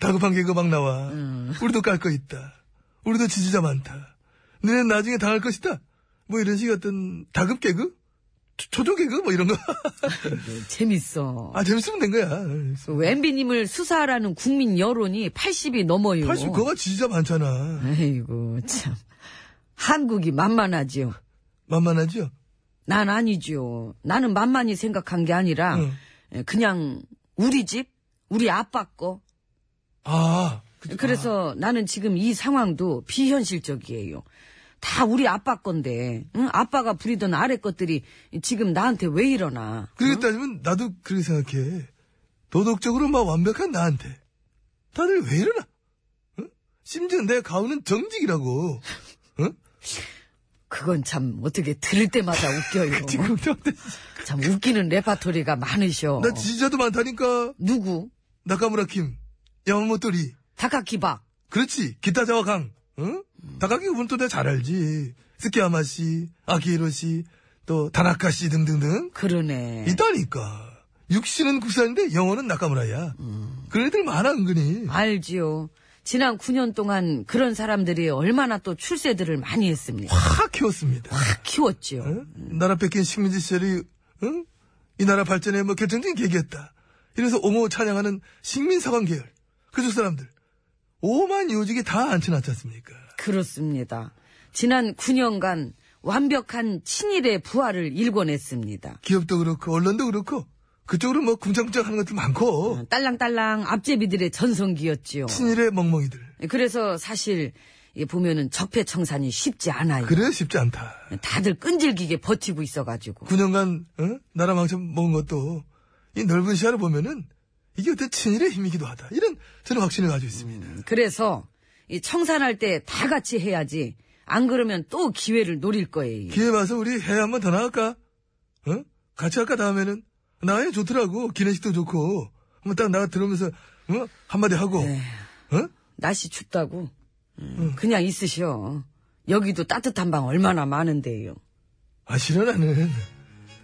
Speaker 6: 다급한 개그 막 나와. 우리도 깔 거 있다. 우리도 지지자 많다. 너네 나중에 당할 것이다. 뭐 이런 식의 어떤 다급 개그? 초- 초조 개그? 뭐 이런 거. <laughs>
Speaker 2: 재밌어.
Speaker 6: 아, 재밌으면 된 거야.
Speaker 2: 엠비님을 수사하라는 국민 여론이 80이 넘어요.
Speaker 6: 80, 그거가 지지자 많잖아.
Speaker 2: 네. 아이고 참 한국이 만만하지요.
Speaker 6: 만만하죠?
Speaker 2: 난 아니지요. 나는 만만히 생각한 게 아니라
Speaker 6: 응.
Speaker 2: 에, 그냥 우리 집, 우리 아빠 거.
Speaker 6: 아, 그,
Speaker 2: 그래서 나는 지금 이 상황도 비현실적이에요. 다 우리 아빠 건데 응? 아빠가 부리던 아래 것들이 지금 나한테 왜 이러나?
Speaker 6: 그렇게 따지면 나도 그렇게 생각해. 도덕적으로 막 완벽한 나한테. 다들 왜 이러나? 응? 심지어 내 가훈은 정직이라고. 응?
Speaker 2: 그건 참 어떻게 들을 때마다
Speaker 6: <laughs>
Speaker 2: 웃겨요.
Speaker 6: 지금
Speaker 2: 참 웃기는 레파토리가 많으셔.
Speaker 6: 나 지지자도 많다니까.
Speaker 2: 누구?
Speaker 6: 나카무라 킴, 야마모토리.
Speaker 2: 다카키바.
Speaker 6: 그렇지. 기타자와 강. 응? 다가기 분또 내가 잘 알지. 스키야마 씨, 아키히로 씨, 또 다나카 씨 등등등.
Speaker 2: 그러네.
Speaker 6: 있다니까. 육신은 국산인데 영어는 나카무라야. 그런 애들 많아 은근히.
Speaker 2: 알지요. 지난 9년 동안 그런 사람들이 얼마나 또 출세들을 많이 했습니까?
Speaker 6: 확 키웠습니다.
Speaker 2: 키웠지요.
Speaker 6: 응? 나라 뺏긴 식민지 시절이 응? 이 나라 발전에 뭐 결정적인 계기였다. 이래서 옹호 찬양하는 식민 사관 계열 그쪽 사람들 오만 요직이 다 앉혀놨지 않습니까?
Speaker 2: 그렇습니다. 지난 9년간 완벽한 친일의 부활을 일궈냈습니다.
Speaker 6: 기업도 그렇고 언론도 그렇고 그쪽으로 뭐 굶장굶장 하는 것도 많고
Speaker 2: 딸랑딸랑 앞제비들의 전성기였지요.
Speaker 6: 친일의 멍멍이들
Speaker 2: 그래서 사실 이 보면은 적폐청산이 쉽지 않아요.
Speaker 6: 그래 쉽지 않다.
Speaker 2: 다들 끈질기게 버티고 있어가지고.
Speaker 6: 9년간 어? 나라 망쳐 먹은 것도 이 넓은 시야를 보면은 이게 어떤 친일의 힘이기도 하다. 이런 저는 확신을 가지고 있습니다.
Speaker 2: 그래서 이 청산할 때 다 같이 해야지. 안 그러면 또 기회를 노릴 거예요.
Speaker 6: 기회 봐서 우리 해외 한번 더 나갈까? 어? 같이 할까 다음에는 나야 좋더라고 기내식도 좋고 한번 딱 나가 들어오면서 어? 한마디 하고
Speaker 2: 네.
Speaker 6: 어?
Speaker 2: 날씨 춥다고.
Speaker 6: 음.
Speaker 2: 그냥 있으시오. 여기도 따뜻한 방 얼마나 많은데요.
Speaker 6: 아 싫어 나는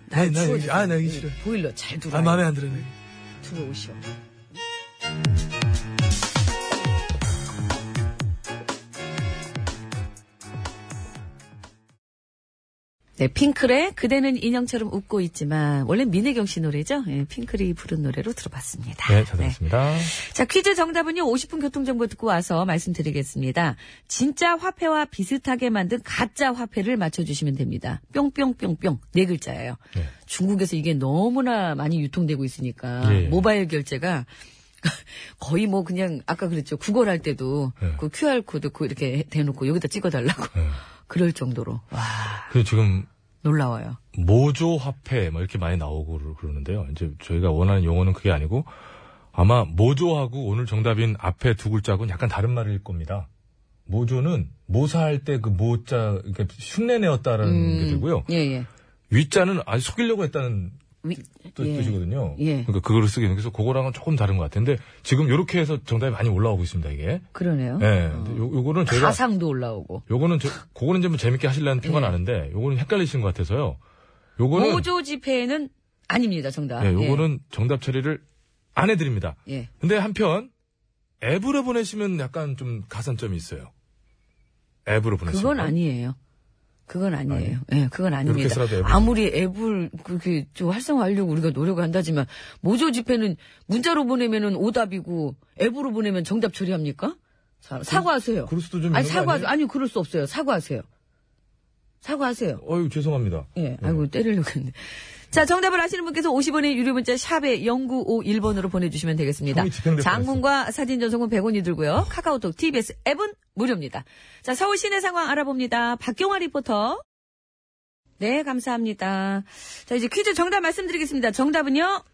Speaker 2: 날
Speaker 6: 아니, 나
Speaker 2: 추워지게
Speaker 6: 여기- 아, 나 여기 싫어.
Speaker 2: 보일러 잘 들어와.
Speaker 6: 아 마음에 안 들어.
Speaker 2: 들어오시오. 네, 핑클의 그대는 인형처럼 웃고 있지만 원래 민혜경 씨 노래죠. 예, 핑클이 부른 노래로 들어봤습니다.
Speaker 1: 네, 잘 들었습니다.
Speaker 2: 자, 퀴즈 정답은요. 50분 교통정보 듣고 와서 말씀드리겠습니다. 진짜 화폐와 비슷하게 만든 가짜 화폐를 맞춰주시면 됩니다. 뿅뿅뿅뿅 네 글자예요.
Speaker 1: 네.
Speaker 2: 중국에서 이게 너무나 많이 유통되고 있으니까
Speaker 1: 예, 예.
Speaker 2: 모바일 결제가 <laughs> 거의 뭐 그냥 아까 그랬죠. 구걸할 때도
Speaker 1: 네.
Speaker 2: 그 <laughs>
Speaker 1: 예.
Speaker 2: QR 코드 그 이렇게 대놓고 여기다 찍어달라고 그럴 정도로. 와,
Speaker 1: 그리고 지금
Speaker 2: 놀라워요.
Speaker 1: 모조화폐 막 이렇게 많이 나오고 그러- 그러는데요. 이제 저희가 원하는 용어는 그게 아니고 아마 모조하고 오늘 정답인 앞에 두 글자하고는 약간 다른 말일 겁니다. 모조는 모사할 때 그 모자 그러니까 흉내내었다라는 게 음, 되고요.
Speaker 2: 예, 예.
Speaker 1: 위자는 아주 속이려고 했다는
Speaker 2: 위,
Speaker 1: 뜻,
Speaker 2: 예.
Speaker 1: 이거든요
Speaker 2: 예.
Speaker 1: 그러니까 그거를 쓰게 되는 그래서 그거랑은 조금 다른 것 같은데 지금 이렇게 해서 정답이 많이 올라오고 있습니다 이게.
Speaker 2: 그러네요.
Speaker 1: 예. 근데 요, 요거는 저희가
Speaker 2: 어. 가상도 올라오고.
Speaker 1: 요거는 저, 그거는 좀 재밌게 하시려는 표가 나는데 요거는 헷갈리신 것 같아서요. 요거는
Speaker 2: 예. 모조 지폐는 아닙니다, 정답.
Speaker 1: 예, 요거는 정답 처리를 안 해드립니다.
Speaker 2: 예. 예.
Speaker 1: 근데 한편 앱으로 보내시면 약간 좀 가산점이 있어요. 앱으로 보내시면
Speaker 2: 그건 아니에요. 그건 아니에요. 예, 그건 아닙니다.
Speaker 1: 해서라도 앱을-
Speaker 2: 아무리 앱을 그렇게 좀 활성화하려고 우리가 노력을 한다지만 모조 지폐는 문자로 보내면은 오답이고 앱으로 보내면 정답 처리합니까? 사, 사과하세요.
Speaker 1: 그럴 수도 좀
Speaker 2: 아니
Speaker 1: 있는 거
Speaker 2: 사과
Speaker 1: 아니에요?
Speaker 2: 아니 그럴 수 없어요. 사과하세요. 사과하세요.
Speaker 1: 어유 죄송합니다.
Speaker 2: 예, 아이고, 때리려고 했는데. 자, 정답을 아시는 분께서 50원의 유료 문자 샵에 0951번으로 보내주시면 되겠습니다.
Speaker 1: 형이 집행될
Speaker 2: 장문과 사진 전송은 100원이 들고요. 카카오톡, TBS 앱은 무료입니다. 자, 서울 시내 상황 알아봅니다. 박경화 리포터. 네, 감사합니다. 자, 이제 퀴즈 정답 말씀드리겠습니다. 정답은요,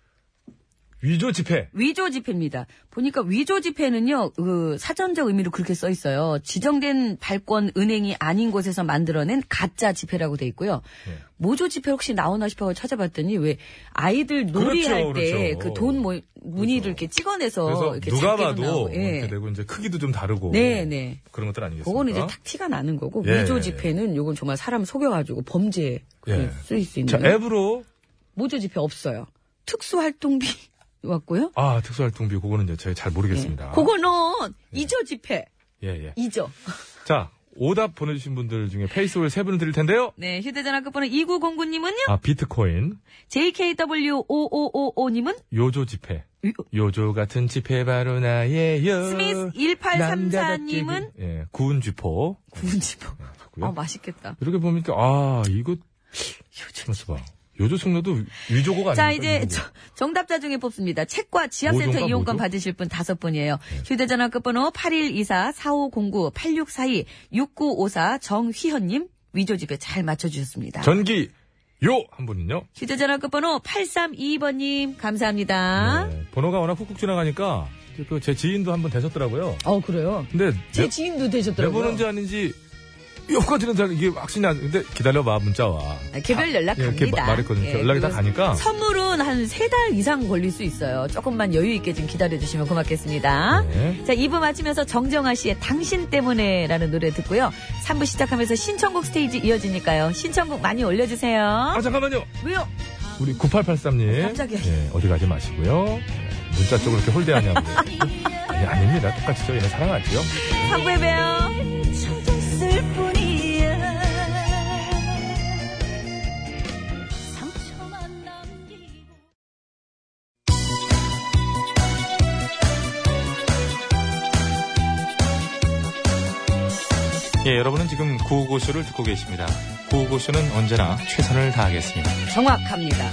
Speaker 1: 위조 지폐.
Speaker 2: 위조 지폐입니다. 보니까 위조 지폐는요, 그 사전적 의미로 그렇게 써 있어요. 지정된 발권 은행이 아닌 곳에서 만들어낸 가짜 지폐라고 돼 있고요.
Speaker 1: 예.
Speaker 2: 모조 지폐 혹시 나오나 싶어 찾아봤더니 왜 아이들 놀이할
Speaker 1: 그렇죠,
Speaker 2: 때그
Speaker 1: 그렇죠.
Speaker 2: 돈 무늬를 이렇게
Speaker 1: 그래서
Speaker 2: 찍어내서 이렇게
Speaker 1: 누가
Speaker 2: 작게도
Speaker 1: 봐도 뭐
Speaker 2: 나오고, 예.
Speaker 1: 이렇게 되고 이제 크기도 좀 다르고
Speaker 2: 네, 네.
Speaker 1: 그런 것들 아니겠습니까?
Speaker 2: 그거는 이제 탁 티가 나는 거고
Speaker 1: 예.
Speaker 2: 위조 지폐는 요건 정말 사람 속여가지고 범죄에
Speaker 1: 예.
Speaker 2: 쓰일 수
Speaker 1: 자
Speaker 2: 있는
Speaker 1: 앱으로
Speaker 2: 모조 지폐 없어요. 특수활동비 <laughs> 왔고요.
Speaker 1: 아 특수활동비 그거는 제가 잘 모르겠습니다.
Speaker 2: 예. 네. 그거는 이조 지폐
Speaker 1: 예 예.
Speaker 2: 이조.
Speaker 1: 자 오답 보내주신 분들 중에 페이스북을 세 분을 드릴 텐데요.
Speaker 2: 네, 휴대전화 끝번호 2909님은요,
Speaker 1: 아 비트코인,
Speaker 2: JKW5555님은,
Speaker 1: 요조 지폐, 요조 같은 지폐 바로 나예요.
Speaker 2: 스미스 1834님은,
Speaker 1: 예, 구운 쥐포.
Speaker 2: 그 군집어.
Speaker 1: 같고요.
Speaker 2: 아, 맛있겠다.
Speaker 1: 이렇게 보니까 아 이거 요조 봐. 요조 승려도 위조고가 아니에
Speaker 2: 자, 이제 저- 정답자 중에 뽑습니다. 책과 지하센터
Speaker 1: 뭐죠?
Speaker 2: 이용권
Speaker 1: 뭐죠?
Speaker 2: 받으실 분 다섯 분이에요.
Speaker 1: 네.
Speaker 2: 휴대전화 끝번호 8124-4509-8642-6954 정휘현님 위조집에 잘 맞춰주셨습니다.
Speaker 1: 전기 요 한 분은요.
Speaker 2: 휴대전화 끝번호 8322번님 감사합니다.
Speaker 1: 네, 번호가 워낙 훅훅 지나가니까 그 제 지인도 한 분 되셨더라고요.
Speaker 2: 어, 그래요?
Speaker 1: 근데
Speaker 2: 제
Speaker 1: 내-
Speaker 2: 지인도
Speaker 1: 내
Speaker 2: 되셨더라고요.
Speaker 1: 보는지 아닌지 요까지는 잘 이게 확신이 안. 근데 기다려봐 문자와.
Speaker 2: 아, 개별 연락 갑니다.
Speaker 1: 이렇게 마- 말했거든요.
Speaker 2: 예,
Speaker 1: 연락이 다
Speaker 2: 그거
Speaker 1: 가니까.
Speaker 2: 선물은 한 세 달 이상 걸릴 수 있어요. 조금만 여유 있게 좀 기다려주시면 고맙겠습니다.
Speaker 1: 네.
Speaker 2: 자, 2부 마치면서 정정아 씨의 당신 때문에 라는 노래 듣고요. 3부 시작하면서 신청곡 스테이지 이어지니까요. 신청곡 많이 올려주세요.
Speaker 1: 아 잠깐만요.
Speaker 2: 왜요?
Speaker 1: 우리 9883님.
Speaker 2: 어, 깜짝이야.
Speaker 1: 예, 어디 가지 마시고요. 예, 문자 쪽으로
Speaker 2: <laughs>
Speaker 1: 이렇게 홀대하냐고. 아니, 아닙니다. 똑같이 저희는 사랑하지요.
Speaker 2: 3부에 봬요.
Speaker 1: 예, 여러분은 지금 구호고쇼를 듣고 계십니다. 구호고쇼는 언제나 최선을 다하겠습니다.
Speaker 2: 정확합니다.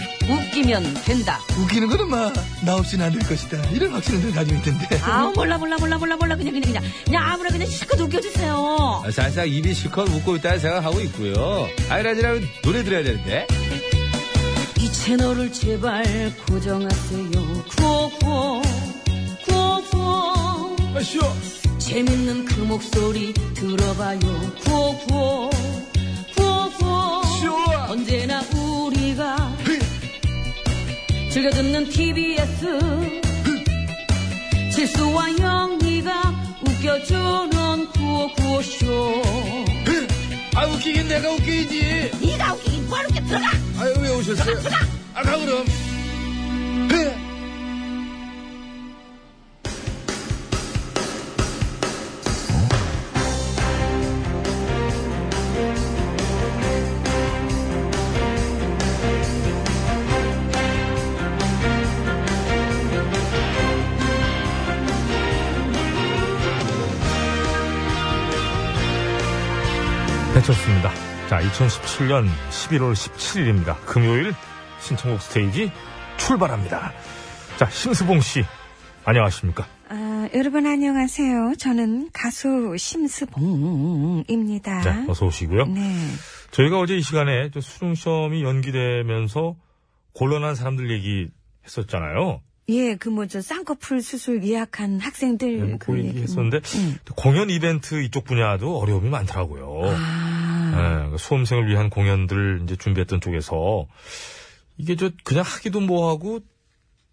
Speaker 2: 웃기면 된다.
Speaker 6: 웃기는 거는 막 나 없이는 안 될 것이다. 이런 확신을 늘 가지고 있던데.
Speaker 2: 아 몰라 몰라 몰라 몰라 몰라 그냥 그냥 그냥 그냥 아무나 그냥 실컷 웃겨주세요.
Speaker 3: 아, 사실상 입이 실컷 웃고 있다는 생각하고 있고요. 아이라지라면 노래 들어야 되는데.
Speaker 2: 이 채널을 제발 고정하세요. 구호구호, 구호구호. 재밌는 그 목소리 들어봐요. 구호구호, 구호구호. 언제나 우리가 즐겨 듣는 TBS. 실수와 영리가 웃겨주는 구호구호쇼.
Speaker 3: 아, 웃기긴 내가 웃기지.
Speaker 2: 네가 웃기긴 바로 웃겨 들어가!
Speaker 3: 아유, 왜 오셨어요? 아, 가 그럼.
Speaker 1: 배쳤습니다. 자, 2017년 11월 17일입니다. 금요일 신청곡 스테이지 출발합니다. 자, 심수봉 씨. 안녕하십니까?
Speaker 7: 아, 여러분 안녕하세요. 저는 가수 심수봉입니다.
Speaker 2: 아.
Speaker 1: 네, 어서 오시고요.
Speaker 7: 네.
Speaker 1: 저희가 어제 이 시간에 저 수능 시험이 연기되면서 곤란한 사람들 얘기 했었잖아요.
Speaker 8: 예, 그 뭐 저 쌍꺼풀 수술 예약한 학생들
Speaker 1: 네, 그
Speaker 8: 그 얘기
Speaker 1: 얘기
Speaker 8: 뭐.
Speaker 1: 했었는데 공연 이벤트 이쪽 분야도 어려움이 많더라고요. 예,
Speaker 8: 아,
Speaker 1: 그러니까 수험생을 위한 공연들 이제 준비했던 쪽에서 이게 저 그냥 하기도 뭐하고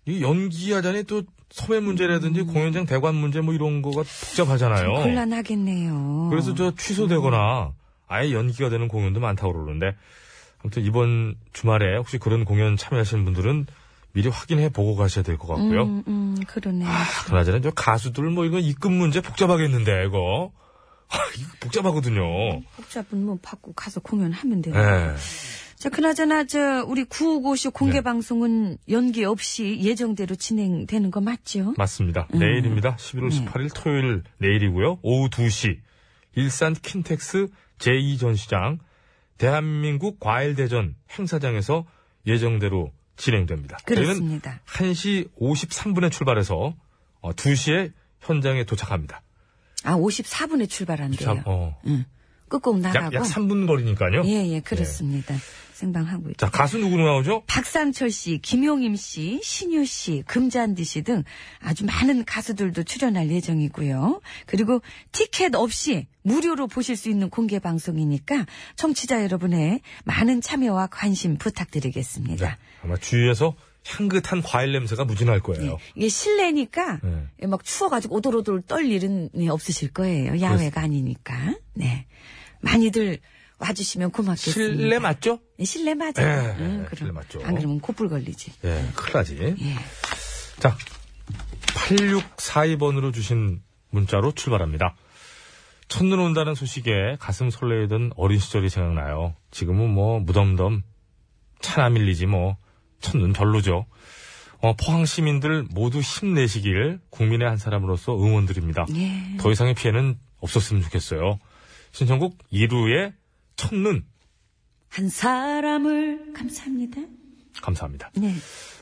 Speaker 1: 이 연기하자니 또 섭외 문제라든지
Speaker 8: 음.
Speaker 1: 공연장 대관 문제 뭐 이런 거가 복잡하잖아요.
Speaker 8: 곤란하겠네요.
Speaker 1: 어. 그래서 저 취소되거나 아예 연기가 되는 공연도 많다고 그러는데 아무튼 이번 주말에 혹시 그런 공연 참여하시는 분들은 미리 확인해 보고 가셔야 될 것 같고요. 아.
Speaker 8: 음, 음, 그러네요.
Speaker 1: 그나저나 저 가수들 뭐 이거 입금 문제 복잡하겠는데 이거 <laughs> 아, 이거 복잡하거든요.
Speaker 8: 복잡은 뭐 받고 가서 공연하면 되네.
Speaker 1: 예.
Speaker 8: 자, 그나저나 저 우리 955쇼
Speaker 1: 네.
Speaker 8: 공개 방송은 연기 없이 예정대로 진행되는 거 맞죠?
Speaker 1: 맞습니다.
Speaker 8: 음.
Speaker 1: 내일입니다. 11월 18일 토요일 내일이고요. 오후 2시 일산 킨텍스 제2전시장 대한민국 과일대전 행사장에서 예정대로 진행됩니다. 저희는
Speaker 8: 그렇습니다.
Speaker 1: 1시 53분에 출발해서 어, 2시에 현장에 도착합니다.
Speaker 8: 아, 54분에 출발한대요.
Speaker 1: 참, 어,
Speaker 8: 응. 끝곡
Speaker 1: 약,
Speaker 8: 나가고.
Speaker 1: 약 3분 거리니까요.
Speaker 8: 예, 예, 그렇습니다. 생방하고 있죠.
Speaker 1: 자, 가수 누구 나오죠?
Speaker 8: 박상철 씨, 김용임 씨, 신유 씨, 금잔디 씨 등 아주 많은 가수들도 출연할 예정이고요. 그리고 티켓 없이 무료로 보실 수 있는 공개 방송이니까 청취자 여러분의 많은 참여와 관심 부탁드리겠습니다.
Speaker 1: 네, 아마 주위에서 향긋한 과일 냄새가 무진할 거예요.
Speaker 8: 이게 실내니까 예, 막 추워가지고 오돌오돌 떨 일은 없으실 거예요. 야외가 아니니까. 네. 많이들 와주시면 고맙겠습니다.
Speaker 9: 실내 맞죠?
Speaker 8: 네, 실내 맞아요.
Speaker 1: 예,
Speaker 8: 응,
Speaker 1: 실내
Speaker 8: 그럼.
Speaker 1: 맞죠.
Speaker 8: 안 그러면 코뿔 걸리지.
Speaker 1: 예, 큰일 나지.
Speaker 8: 예.
Speaker 1: 자, 8642번으로 주신 문자로 출발합니다. 첫눈 온다는 소식에 가슴 설레던 어린 시절이 생각나요. 지금은 뭐 무덤덤 차나 밀리지 뭐 첫눈 별로죠. 어, 포항 시민들 모두 힘내시길 국민의 한 사람으로서 응원드립니다.
Speaker 8: 예.
Speaker 1: 더 이상의 피해는 없었으면 좋겠어요. 신청곡 2루의 첫눈
Speaker 8: 한 사람을 감사합니다.
Speaker 1: 감사합니다.
Speaker 8: 네.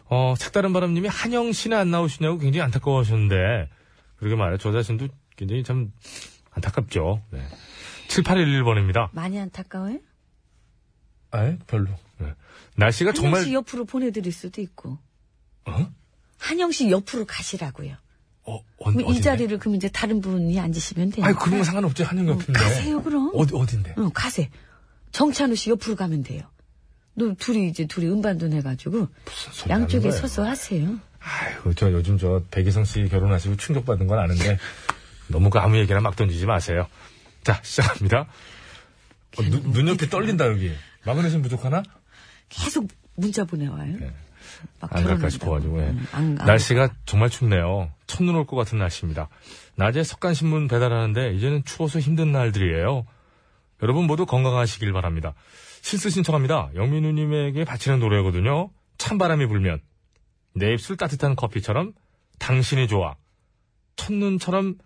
Speaker 1: 어, 색다른 바람님이 한영 씨는 안 나오시냐고 굉장히 안타까워 하셨는데, 그러게 말이에요. 저 자신도 굉장히 참 안타깝죠. 네. 7811번입니다.
Speaker 8: 많이 안타까워요?
Speaker 1: 아 별로. 날씨가
Speaker 8: 한영
Speaker 1: 아, 정말,
Speaker 8: 씨 옆으로 보내드릴 수도 있고.
Speaker 1: 어?
Speaker 8: 한영 씨 옆으로 가시라고요.
Speaker 1: 어,
Speaker 8: 그럼
Speaker 1: 어디?
Speaker 8: 이 자리를 그럼 이제 다른 분이 앉으시면 돼요.
Speaker 1: 아니, 그런 건 상관없지. 한영 옆인데.
Speaker 8: 가세요, 그럼.
Speaker 1: 어디, 어딘데?
Speaker 8: 응, 가세. 정찬우 씨 옆으로 가면 돼요. 너 둘이 이제 둘이 음반돈 해가지고
Speaker 1: 소리 하는
Speaker 8: 양쪽에
Speaker 1: 거예요?
Speaker 8: 서서 하세요.
Speaker 1: 아이고, 저 요즘 저 백이성 씨 결혼하시고 충격받은 건 아는데, 너무 그 아무 얘기나 막 던지지 마세요. 자, 시작합니다. 어, 눈, 눈 옆이 떨린다, 여기. 마그네슘 부족하나?
Speaker 8: 계속 문자 보내와요. 막
Speaker 1: 네. 안 갈까
Speaker 8: 결혼한다고.
Speaker 1: 싶어가지고 예.
Speaker 8: 응, 안 가.
Speaker 1: 날씨가 정말 춥네요. 첫눈 올 것 같은 날씨입니다. 낮에 석간신문 배달하는데 이제는 추워서 힘든 날들이에요. 여러분 모두 건강하시길 바랍니다. 실수 신청합니다. 영민우님에게 바치는 노래거든요. 찬바람이 불면 내 입술 따뜻한 커피처럼 당신이 좋아 첫눈처럼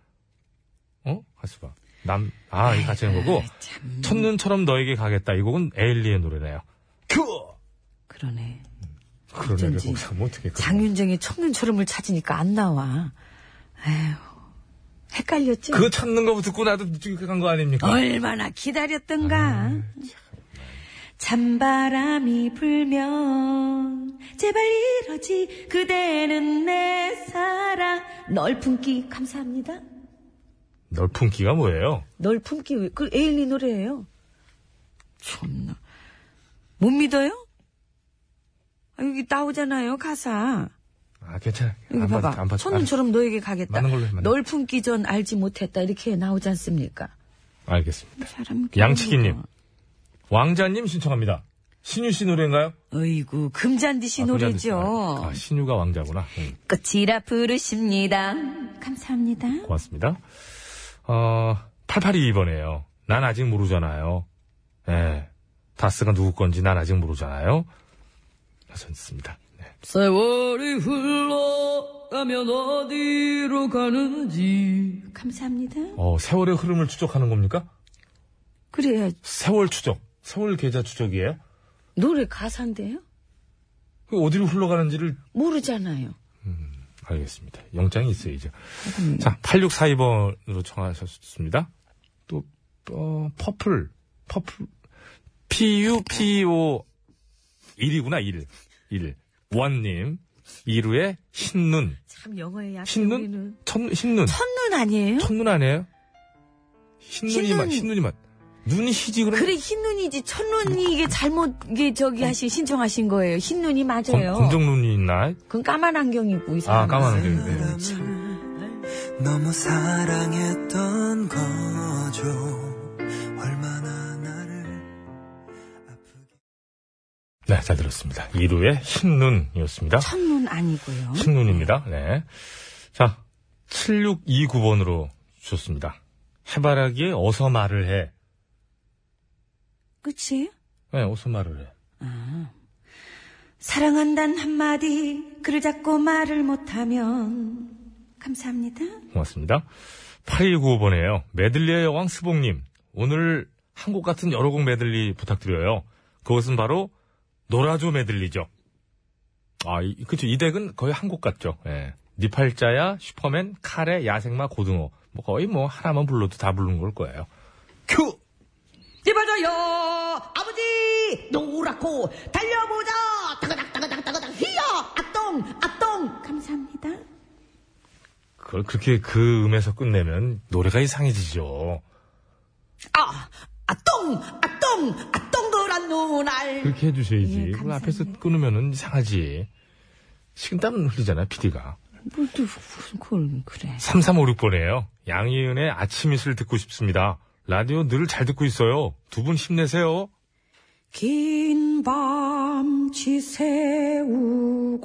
Speaker 1: 어? 같이 봐. 남, 아, 이 같이 하는 거고.
Speaker 8: 참
Speaker 1: 첫눈처럼 너에게 가겠다. 이 곡은 에일리의 노래네요.
Speaker 8: 그러네.
Speaker 1: 그런 애를
Speaker 8: 어쩐지.
Speaker 1: 거기서 뭐 어떻게. 그런-
Speaker 8: 장윤정의 청눈처럼을 찾으니까 안 나와. 에휴, 헷갈렸지?
Speaker 1: 그 찾는 거부터 듣고 나도 간 거 아닙니까?
Speaker 8: 얼마나 기다렸던가. 찬바람이 불면 제발 이러지 그대는 내 사랑 널 품기 감사합니다.
Speaker 1: 널 품기가 뭐예요?
Speaker 8: 널 품기 위- 그 에일리 노래예요. 참나 못 믿어요? 아, 여기 나오잖아요 가사.
Speaker 1: 아, 괜찮아. 안
Speaker 8: 여기 음, 봐봐.
Speaker 1: 봐도- 안 아, 봐도-
Speaker 8: 첫눈처럼 너에게 가겠다.
Speaker 1: 맞는 걸로 해, 맞는
Speaker 8: 널 품기 전 알지 못했다. 이렇게 나오지 않습니까?
Speaker 1: 알- 알겠습니다.
Speaker 8: 사람 음.
Speaker 1: 양치기님. 왕자님 신청합니다. 신유 씨 노래인가요?
Speaker 8: 어이구, 금잔디 씨
Speaker 1: 아,
Speaker 8: 노래죠.
Speaker 1: 아, 신유가 왕자구나. 음,
Speaker 8: 끝이라 부르십니다. 감사합니다.
Speaker 1: 고맙습니다. 어, 8822번이에요. 난 아직 모르잖아요. 예. 다스가 누구 건지 난 아직 모르잖아요. 하셨습니다. 네.
Speaker 8: 세월이 흘러가면 어디로 가는지. 감사합니다.
Speaker 1: 어, 세월의 흐름을 추적하는 겁니까?
Speaker 8: 그래야
Speaker 1: 세월 추적. 세월 계좌 추적이에요?
Speaker 8: 노래 가사인데요?
Speaker 1: 그 어디로 흘러가는지를
Speaker 8: 모르잖아요.
Speaker 1: 알겠습니다. 영장이 있어야죠. 자, 8642번으로 청하셨습니다. 또, 어, 퍼플, 퍼플, PUPO 1이구나, 1. 1. 원님. 1루의 흰눈.
Speaker 8: 참 영어에 약해
Speaker 1: 흰눈?
Speaker 8: 우리는.
Speaker 1: 첫, 흰눈.
Speaker 8: 첫눈 아니에요?
Speaker 1: 첫눈 아니에요? 흰눈이
Speaker 8: 흰눈.
Speaker 1: 맛, 흰눈이 맛. 눈이 뭐? 희지, 그러면.
Speaker 8: 그래 흰눈이지 첫눈이 이게 잘못 이게 저기 하신 신청하신 거예요. 흰눈이 맞아요.
Speaker 1: 검, 정눈이 있나?
Speaker 8: 그건 까만 안경 입고 이 사람.
Speaker 1: 아, 까만
Speaker 4: 네,
Speaker 1: 안경인데.
Speaker 4: 너무 사랑했던 거죠. 얼마나 나를
Speaker 1: 네, 잘 들었습니다. 1루의 흰눈이었습니다.
Speaker 8: 첫눈 아니고요.
Speaker 1: 흰눈입니다. 네. 자, 7629번으로 주셨습니다. 해바라기에 어서 말을 해.
Speaker 8: 끝이에요?
Speaker 1: 네, 어서 말을 해.
Speaker 8: 사랑한단 한마디 그를 잡고 말을 못하면 감사합니다.
Speaker 1: 고맙습니다. 8295번이에요. 메들리의 여왕 스봉님. 오늘 한 곡 같은 여러 곡 메들리 부탁드려요. 그것은 바로 노라조 메들리죠. 아, 이- 그쵸. 이 덱은 거의 한 곡 같죠. 예. 니팔자야, 슈퍼맨, 카레, 야생마, 고등어. 뭐 거의 뭐 하나만 불러도 다 부르는 걸 거예요.
Speaker 6: 큐!
Speaker 7: 이봐줘요 아버지 노랗고 달려보자 따가닥 따가닥 따가닥 히야 아똥 아똥
Speaker 8: 감사합니다.
Speaker 1: 그걸 그렇게 그 음에서 끝내면 노래가 이상해지죠.
Speaker 7: 아 아똥 아똥 아똥그란 눈알
Speaker 1: 그렇게 해주셔야지.
Speaker 8: 예,
Speaker 1: 그걸
Speaker 8: 감사합니다.
Speaker 1: 앞에서 끊으면 이상하지. 식은땀 흘리잖아, PD가.
Speaker 8: 뭘 또 무슨 걸 그래.
Speaker 1: 3356번이에요. 양희은의 아침 이슬 듣고 싶습니다. 라디오 늘 잘 듣고 있어요. 두 분 힘내세요.
Speaker 8: 긴 밤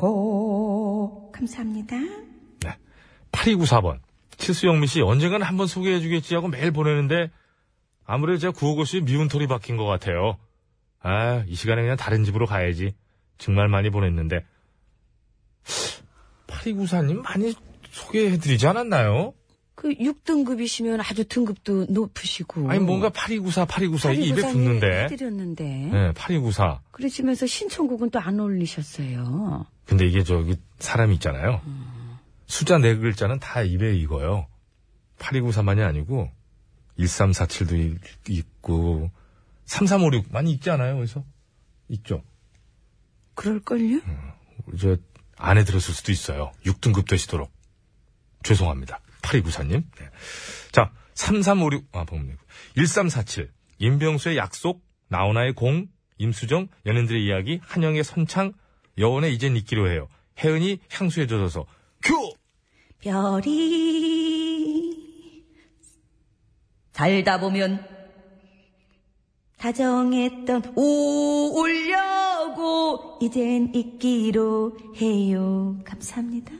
Speaker 8: 지새우고 감사합니다.
Speaker 1: 8294번. 칠수영미 씨 언젠가는 한번 소개해 주겠지 하고 매일 보내는데 아무래도 제가 구호고시 미운 털이 박힌 것 같아요. 아, 이 시간에 그냥 다른 집으로 가야지. 정말 많이 보냈는데. 8294님 많이 소개해 드리지 않았나요?
Speaker 8: 그 6등급이시면 아주 등급도 높으시고.
Speaker 1: 아니 뭔가 8294, 8294 이게 입에
Speaker 8: 사리고사님
Speaker 1: 붙는데.
Speaker 8: 해드렸는데.
Speaker 1: 네, 8294.
Speaker 8: 그러시면서 신청곡은 또 안 올리셨어요.
Speaker 1: 근데 이게 저기 사람이 있잖아요. 숫자 네 글자는 다 입에 익어요. 8293만이 아니고 1347도 있고 3356많이 있지 않아요? 그래서 있죠.
Speaker 8: 그럴걸요?
Speaker 1: 우리 저 안에 들었을 수도 있어요. 6등급 되시도록 죄송합니다. 8294님. 네. 자, 3356 아, 방금 1347 임병수의 약속, 나훈아의 공, 임수정, 연인들의 이야기, 한영의 선창, 여원의 이젠 잊기로 해요. 혜은이 향수에 젖어서 큐!
Speaker 8: 별이 살다 보면 다정했던 오 울려고 이젠 잊기로 해요. 감사합니다.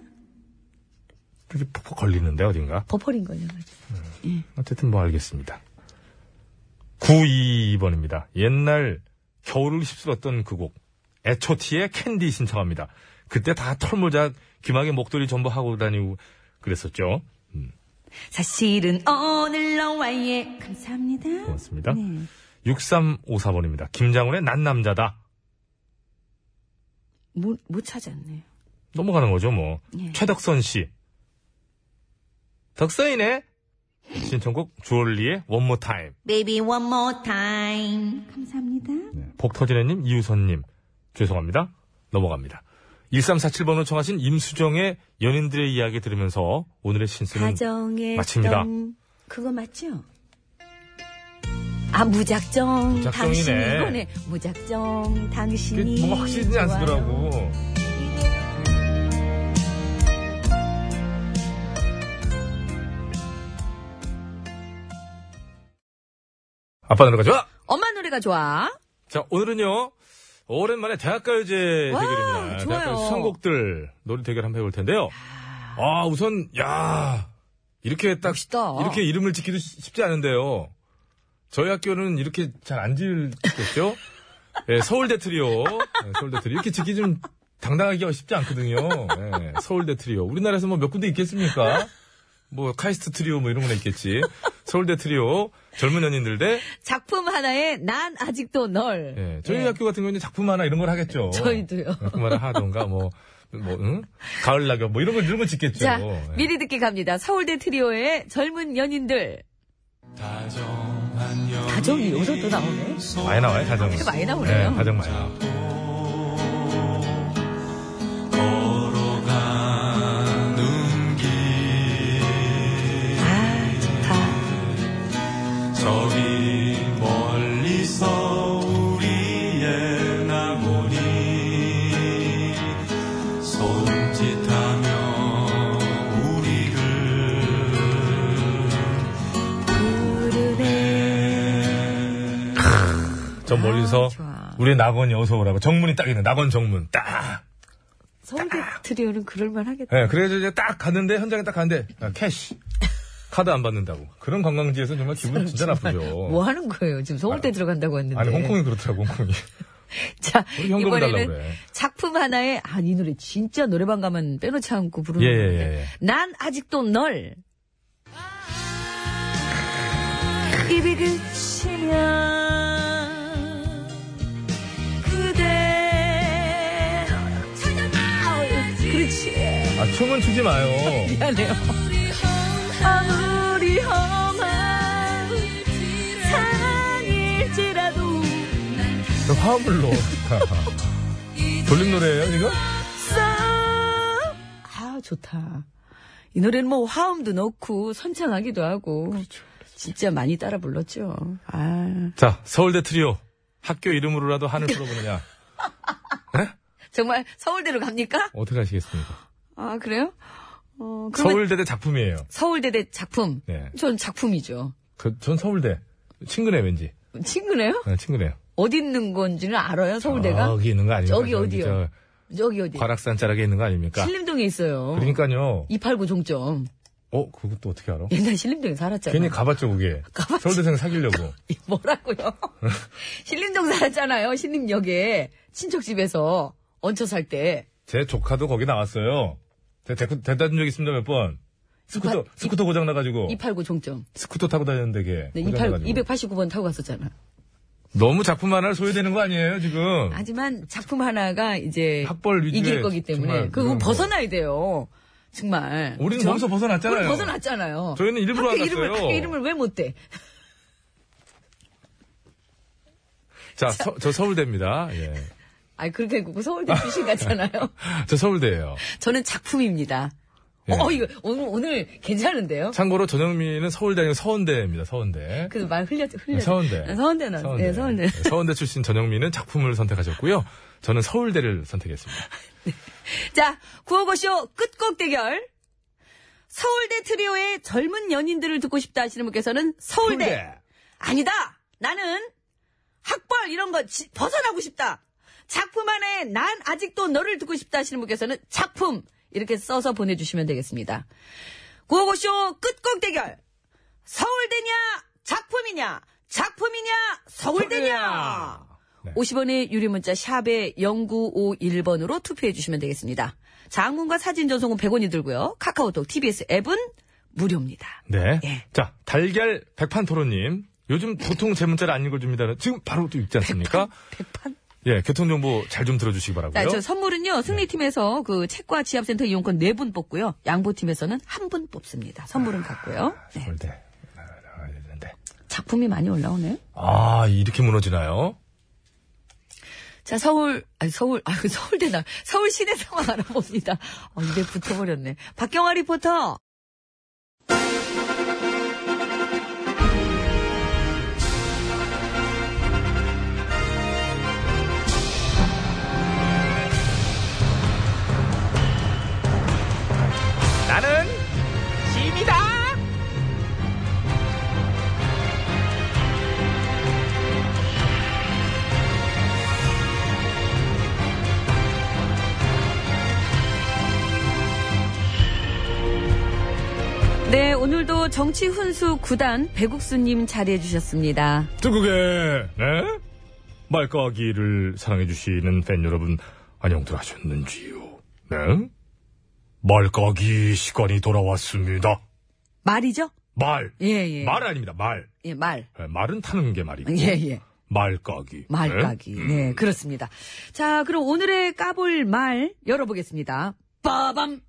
Speaker 1: 이렇게 퍽퍽 걸리는데 어딘가.
Speaker 8: 버퍼링 걸려가지고. 예.
Speaker 1: 어쨌든 뭐 알겠습니다. 92번입니다. 옛날 겨울을 휩쓸었던 그 곡. 애초티의 캔디 신청합니다. 그때 다 털모자, 귀마개 목도리 전부 하고 다니고 그랬었죠.
Speaker 8: 사실은 오늘 너와의 감사합니다.
Speaker 1: 고맙습니다.
Speaker 8: 네.
Speaker 1: 6354번입니다. 김장훈의 난 남자다.
Speaker 8: 못, 못 찾았네요.
Speaker 1: 넘어가는 거죠, 뭐.
Speaker 8: 예.
Speaker 1: 최덕선 씨. 덕선이네? 신청곡 주얼리의 원모 타임.
Speaker 7: Baby one more time
Speaker 8: 감사합니다.
Speaker 1: 네, 복터진해님, 이유선님. 죄송합니다. 넘어갑니다. 1347번으로 청하신 임수정의 연인들의 이야기 들으면서 오늘의 신스는
Speaker 8: 다정했던
Speaker 1: 마칩니다.
Speaker 8: 그거 맞죠? 아 무작정
Speaker 1: 무작정이네.
Speaker 8: 당신 이거네 무작정
Speaker 1: 이게
Speaker 8: 당신이
Speaker 1: 뭔가 확실히 안 쓰더라고. 아빠 노래가 좋아!
Speaker 8: 엄마 노래가 좋아
Speaker 1: 자, 오늘은요, 오랜만에 대학가요제
Speaker 8: 와,
Speaker 1: 대결입니다.
Speaker 8: 좋아요.
Speaker 1: 대학가요 수상곡들 놀이 대결 한번 해볼 텐데요. 아, 우선, 야 이렇게 딱,
Speaker 8: 멋있다.
Speaker 1: 이렇게 이름을 짓기도 쉽- 쉽지 않은데요. 저희 학교는 이렇게 잘 안
Speaker 8: <laughs>
Speaker 1: 지겠죠? 예, 서울대 트리오. 예, 서울대 트리오. 이렇게 짓기 좀 당당하기가 쉽지 않거든요. 예, 서울대 트리오. 우리나라에서 뭐 몇 군데 있겠습니까? 뭐, 카이스트 트리오 뭐 이런 거나 있겠지. 서울대 트리오, 젊은 연인들 대
Speaker 8: 작품 하나에 난 아직도 널
Speaker 1: 예, 음, 저희 학교 같은 경우는 작품 하나 이런 걸 하겠죠.
Speaker 8: <laughs> 저희도요.
Speaker 1: 작품 하나 하던가 뭐, 뭐, 응? 가을 낙엽 뭐 이런 걸 이런 걸 짓겠죠.
Speaker 8: 자
Speaker 1: 예.
Speaker 8: 미리 듣기 갑니다 서울대 트리오의 젊은 연인들
Speaker 6: 다정한
Speaker 8: 가정이 여기서 또 나오네.
Speaker 1: 많이 나와요, 가정.
Speaker 8: 이렇게 음, 많이 나오네요.
Speaker 1: 네, 가정 많이 나와요.
Speaker 4: 걸어가는 길
Speaker 8: 아, 좋다.
Speaker 4: 저기 멀리서 우리의 낙원이 손짓하며 우리를
Speaker 1: 저 멀리서
Speaker 8: 아, 좋아.
Speaker 1: 우리 낙원이 어서 오라고 정문이 딱 있는 낙원 정문 딱.
Speaker 8: 서울대
Speaker 1: 아.
Speaker 8: 트리오는 그럴만 하겠다.
Speaker 1: 예, 그래서 이제 딱 갔는데 현장에 딱 갔는데 아, 캐시 카드 안 받는다고. 그런 관광지에서 정말 기분 진짜 나쁘죠.
Speaker 8: 뭐 하는 거예요? 지금 서울대 들어간다고 했는데.
Speaker 1: 어. 아니 홍콩이 그렇더라고 홍콩이.
Speaker 8: 자,
Speaker 1: 우리 현금
Speaker 8: 이번에는
Speaker 1: 달라고 그래.
Speaker 8: 작품 하나에, 아, 이 노래 진짜 노래방 가면 빼놓지 않고 부르는
Speaker 1: 예, 예,
Speaker 8: 노래인데.
Speaker 1: 예, 예.
Speaker 8: 난 아직도 널. 입이 그치면 그대 찾아나 그렇지
Speaker 1: 아 춤은 추지 마요.
Speaker 8: 미안해요 아무리 험한 사랑일지라도
Speaker 1: 저 화음을 넣어. <laughs> 돌림 노래예요 이거?
Speaker 8: 아 좋다. 이 노래는 뭐 화음도 넣고 선창하기도 하고 진짜 많이 따라 불렀죠. 아
Speaker 1: 자 서울대 트리오 학교 이름으로라도 한을 풀어보느냐 네?
Speaker 8: 정말 서울대로 갑니까?
Speaker 1: 어떻게 하시겠습니까?
Speaker 8: 아 그래요? 어 그러면
Speaker 1: 서울대대 작품이에요.
Speaker 8: 서울... 대대 작품.
Speaker 1: 네.
Speaker 8: 전 작품이죠.
Speaker 1: 그, 전 서울대 친근해 왠지
Speaker 8: 친구네요?
Speaker 1: 네, 친근해요.
Speaker 8: 어디 있는 건지는 알아요? 서울대가?
Speaker 1: 여기 있는 거 아닙니까?
Speaker 8: 저기 어디요? 저기 어디?
Speaker 1: 과락산 자락에 있는 거 아닙니까?
Speaker 8: 신림동에 있어요.
Speaker 1: 그러니까요.
Speaker 8: 289 종점.
Speaker 1: 어 그것도 어떻게 알아?
Speaker 8: 옛날 신림동에 살았잖아요. <laughs>
Speaker 1: 괜히 가봤죠 거기에.
Speaker 8: 예. 가봤죠.
Speaker 1: 서울대생 사귀려고. <laughs>
Speaker 8: 뭐라고요? 신림동 살았잖아요. 신림역에 친척 집에서 얹혀 살 때.
Speaker 1: 제 조카도 거기 나왔어요. 제가 데려다 준 적이 있습니다 몇 번. 스쿠터
Speaker 8: 이팔-
Speaker 1: 스쿠터 고장 나가지고
Speaker 8: 289 종점.
Speaker 1: 스쿠터 타고 다녔는데 걔.
Speaker 8: 네,
Speaker 1: 고장
Speaker 8: 28,
Speaker 1: 어. 나가지고. 어.
Speaker 8: 289번 타고 갔었잖아.
Speaker 1: 너무 작품 하나를 소외되는 거 아니에요 지금?
Speaker 8: 하지만 작품 하나가 이제
Speaker 1: 학벌 위주의
Speaker 8: 이길 거기 때문에
Speaker 1: 정말
Speaker 8: 그거
Speaker 1: 이런 거.
Speaker 8: 벗어나야 돼요. 정말.
Speaker 1: 우리는
Speaker 8: 그쵸?
Speaker 1: 거기서 벗어났잖아요.
Speaker 8: 우리 벗어났잖아요.
Speaker 1: 저희는 일부러
Speaker 8: 학교
Speaker 1: 안 갔어요.
Speaker 8: 이름을, 학교 이름을 왜 못 대?
Speaker 1: 자, 서- 저 서울대입니다. 예.
Speaker 8: 아니 그렇게
Speaker 1: <laughs>
Speaker 8: 해고 서울대 출신 같잖아요.
Speaker 1: 저 서울대예요.
Speaker 8: 저는 작품입니다.
Speaker 1: 예.
Speaker 8: 어 이거 오늘 오늘 괜찮은데요?
Speaker 1: 참고로 전영미는 서울대 아니고 서원대입니다. 서원대. 예,
Speaker 8: 그 말 흘려 흘려.
Speaker 1: 서운대.
Speaker 8: 서운대 나. 네, 서운대.
Speaker 1: 네, 서원대 출신 전영미는 작품을 선택하셨고요. 저는 서울대를 선택했습니다.
Speaker 8: 자, 구호고쇼 끝곡 대결. 서울대 트리오의 젊은 연인들을 듣고 싶다 하시는 분께서는 서울대. 아니다! 나는 학벌 이런 거 지- 벗어나고 싶다! 작품 안에 난 아직도 너를 듣고 싶다 하시는 분께서는 작품! 이렇게 써서 보내주시면 되겠습니다. 구호고쇼 끝곡 대결! 서울대냐? 작품이냐? 작품이냐? 서울대냐? 50원의 유료 문자 샵에 0951번으로 투표해 주시면 되겠습니다. 장문과 사진 전송은 100원이 들고요. 카카오톡, TBS 앱은 무료입니다.
Speaker 1: 네.
Speaker 8: 예.
Speaker 1: 자, 달걀 백판 토론님. 요즘 보통 제 문자를 안 읽어줍니다. 지금 바로 또 읽지 않습니까?
Speaker 8: 백판? 아,
Speaker 1: 예, 교통정보 잘 좀 들어주시기 바라고요 네.
Speaker 8: 자, 저 선물은요, 승리팀에서 그 책과 지압센터 이용권 4분 뽑고요, 양보팀에서는 1분 뽑습니다.
Speaker 1: 아,
Speaker 8: 선물은 같고요. 네.
Speaker 1: 서울대. 아, 아, 이랬는데.
Speaker 8: 작품이 많이 올라오네.
Speaker 1: 아, 이렇게 무너지나요?
Speaker 8: 자, 서울, 아니, 서울, 아유, <laughs> 서울대 나, 서울 시내 상황 알아봅니다. 어, 입에 붙어버렸네. 박경화 리포터!
Speaker 3: 나는 짐이다.
Speaker 8: 네, 오늘도 정치 훈수 구단 배국수님 자리해주셨습니다.
Speaker 1: 뜨국에 네? 말까기를 사랑해주시는 팬 여러분 안녕들 하셨는지요? 네? 말까기 시간이 돌아왔습니다.
Speaker 8: 말이죠?
Speaker 1: 말.
Speaker 8: 예, 예.
Speaker 1: 말 아닙니다. 말.
Speaker 8: 예, 말.
Speaker 1: 네, 말은 타는 게 말이고.
Speaker 8: 예, 예.
Speaker 1: 말까기.
Speaker 8: 말까기.
Speaker 1: 네?
Speaker 8: 네,
Speaker 1: 음.
Speaker 8: 그렇습니다. 자, 그럼 오늘의 까볼 말 열어보겠습니다. 빠밤!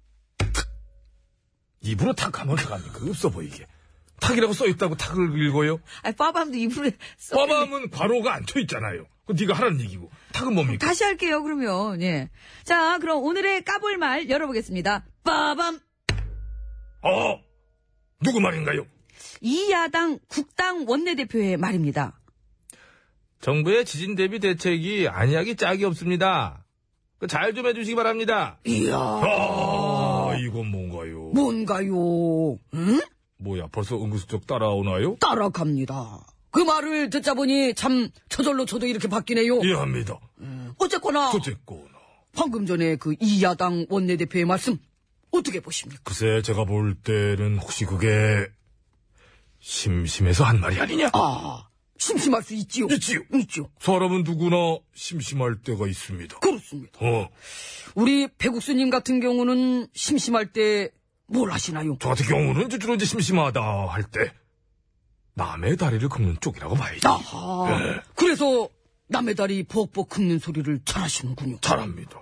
Speaker 1: 입으로 탁 하면 어떡합니까? 없어 그 보이게. 탁이라고 써 있다고 탁을 읽어요?
Speaker 2: 아, 빠밤도 <laughs> 입으로 써.
Speaker 1: 빠밤은 괄호가 안 쳐 있잖아요. 그 네가 하라는 얘기고. 탁은 뭡니까?
Speaker 2: 다시 할게요, 그러면. 예. 자, 그럼 오늘의 까불 말 열어보겠습니다. 빠밤!
Speaker 1: 어, 누구 말인가요?
Speaker 2: 이야당 국당 원내대표의 말입니다.
Speaker 3: 정부의 지진 대비 대책이 안약이 짝이 없습니다.
Speaker 1: 그
Speaker 3: 잘 좀 해주시기 바랍니다.
Speaker 1: 아, 이건 뭔가요?
Speaker 2: 뭐. 뭔가요? 응?
Speaker 1: 뭐야, 벌써 은근슬쩍 따라오나요?
Speaker 2: 따라갑니다. 그 말을 듣자 보니 참 저절로 저도 이렇게 바뀌네요.
Speaker 1: 예, 이해합니다.
Speaker 2: 어쨌거나
Speaker 1: 그렇죠. 어쨌거나.
Speaker 2: 방금 전에 그 이야당 원내대표의 말씀 어떻게 보십니까?
Speaker 1: 글쎄, 제가 볼 때는 혹시 그게 심심해서 한 말이 아니냐?
Speaker 2: 아, 심심할 수 있지요.
Speaker 1: 있지요.
Speaker 2: 있죠.
Speaker 1: 사람은 누구나 심심할 때가 있습니다.
Speaker 2: 그렇습니다.
Speaker 1: 어,
Speaker 2: 우리 배국수님 같은 경우는 심심할 때 뭘 하시나요?
Speaker 1: 저 같은 경우는 이제 주로 이제 심심하다 할 때, 남의 다리를 긁는 쪽이라고 봐야지.
Speaker 2: 어. 아하.
Speaker 1: 예.
Speaker 2: 그래서 남의 다리 벅벅 긁는 소리를 잘 하시는군요.
Speaker 1: 잘합니다.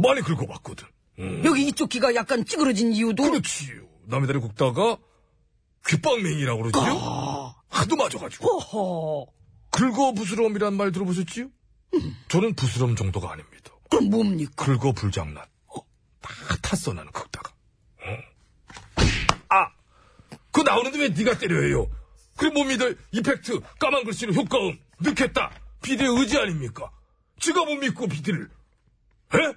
Speaker 1: 많이 긁어봤거든. 음.
Speaker 2: 여기 이쪽 귀가 약간 찌그러진 이유도
Speaker 1: 그렇지요. 남의 다리 긁다가 귓방맹이라고 그러지요? 하도 맞아가지고.
Speaker 2: 허허.
Speaker 1: 긁어 부스럼이란 말 들어보셨지요? 저는 부스럼 정도가 아닙니다.
Speaker 2: 그럼 뭡니까?
Speaker 1: 긁어 불장난. 어, 다 탔어 나는 긁다가. 어. 아, 그거 나오는데 왜 네가 때려요? 그래 못 믿어 이펙트 까만 글씨로 효과음 넣겠다 비디의 의지 아닙니까? 지가 못 믿고 비디를. 에?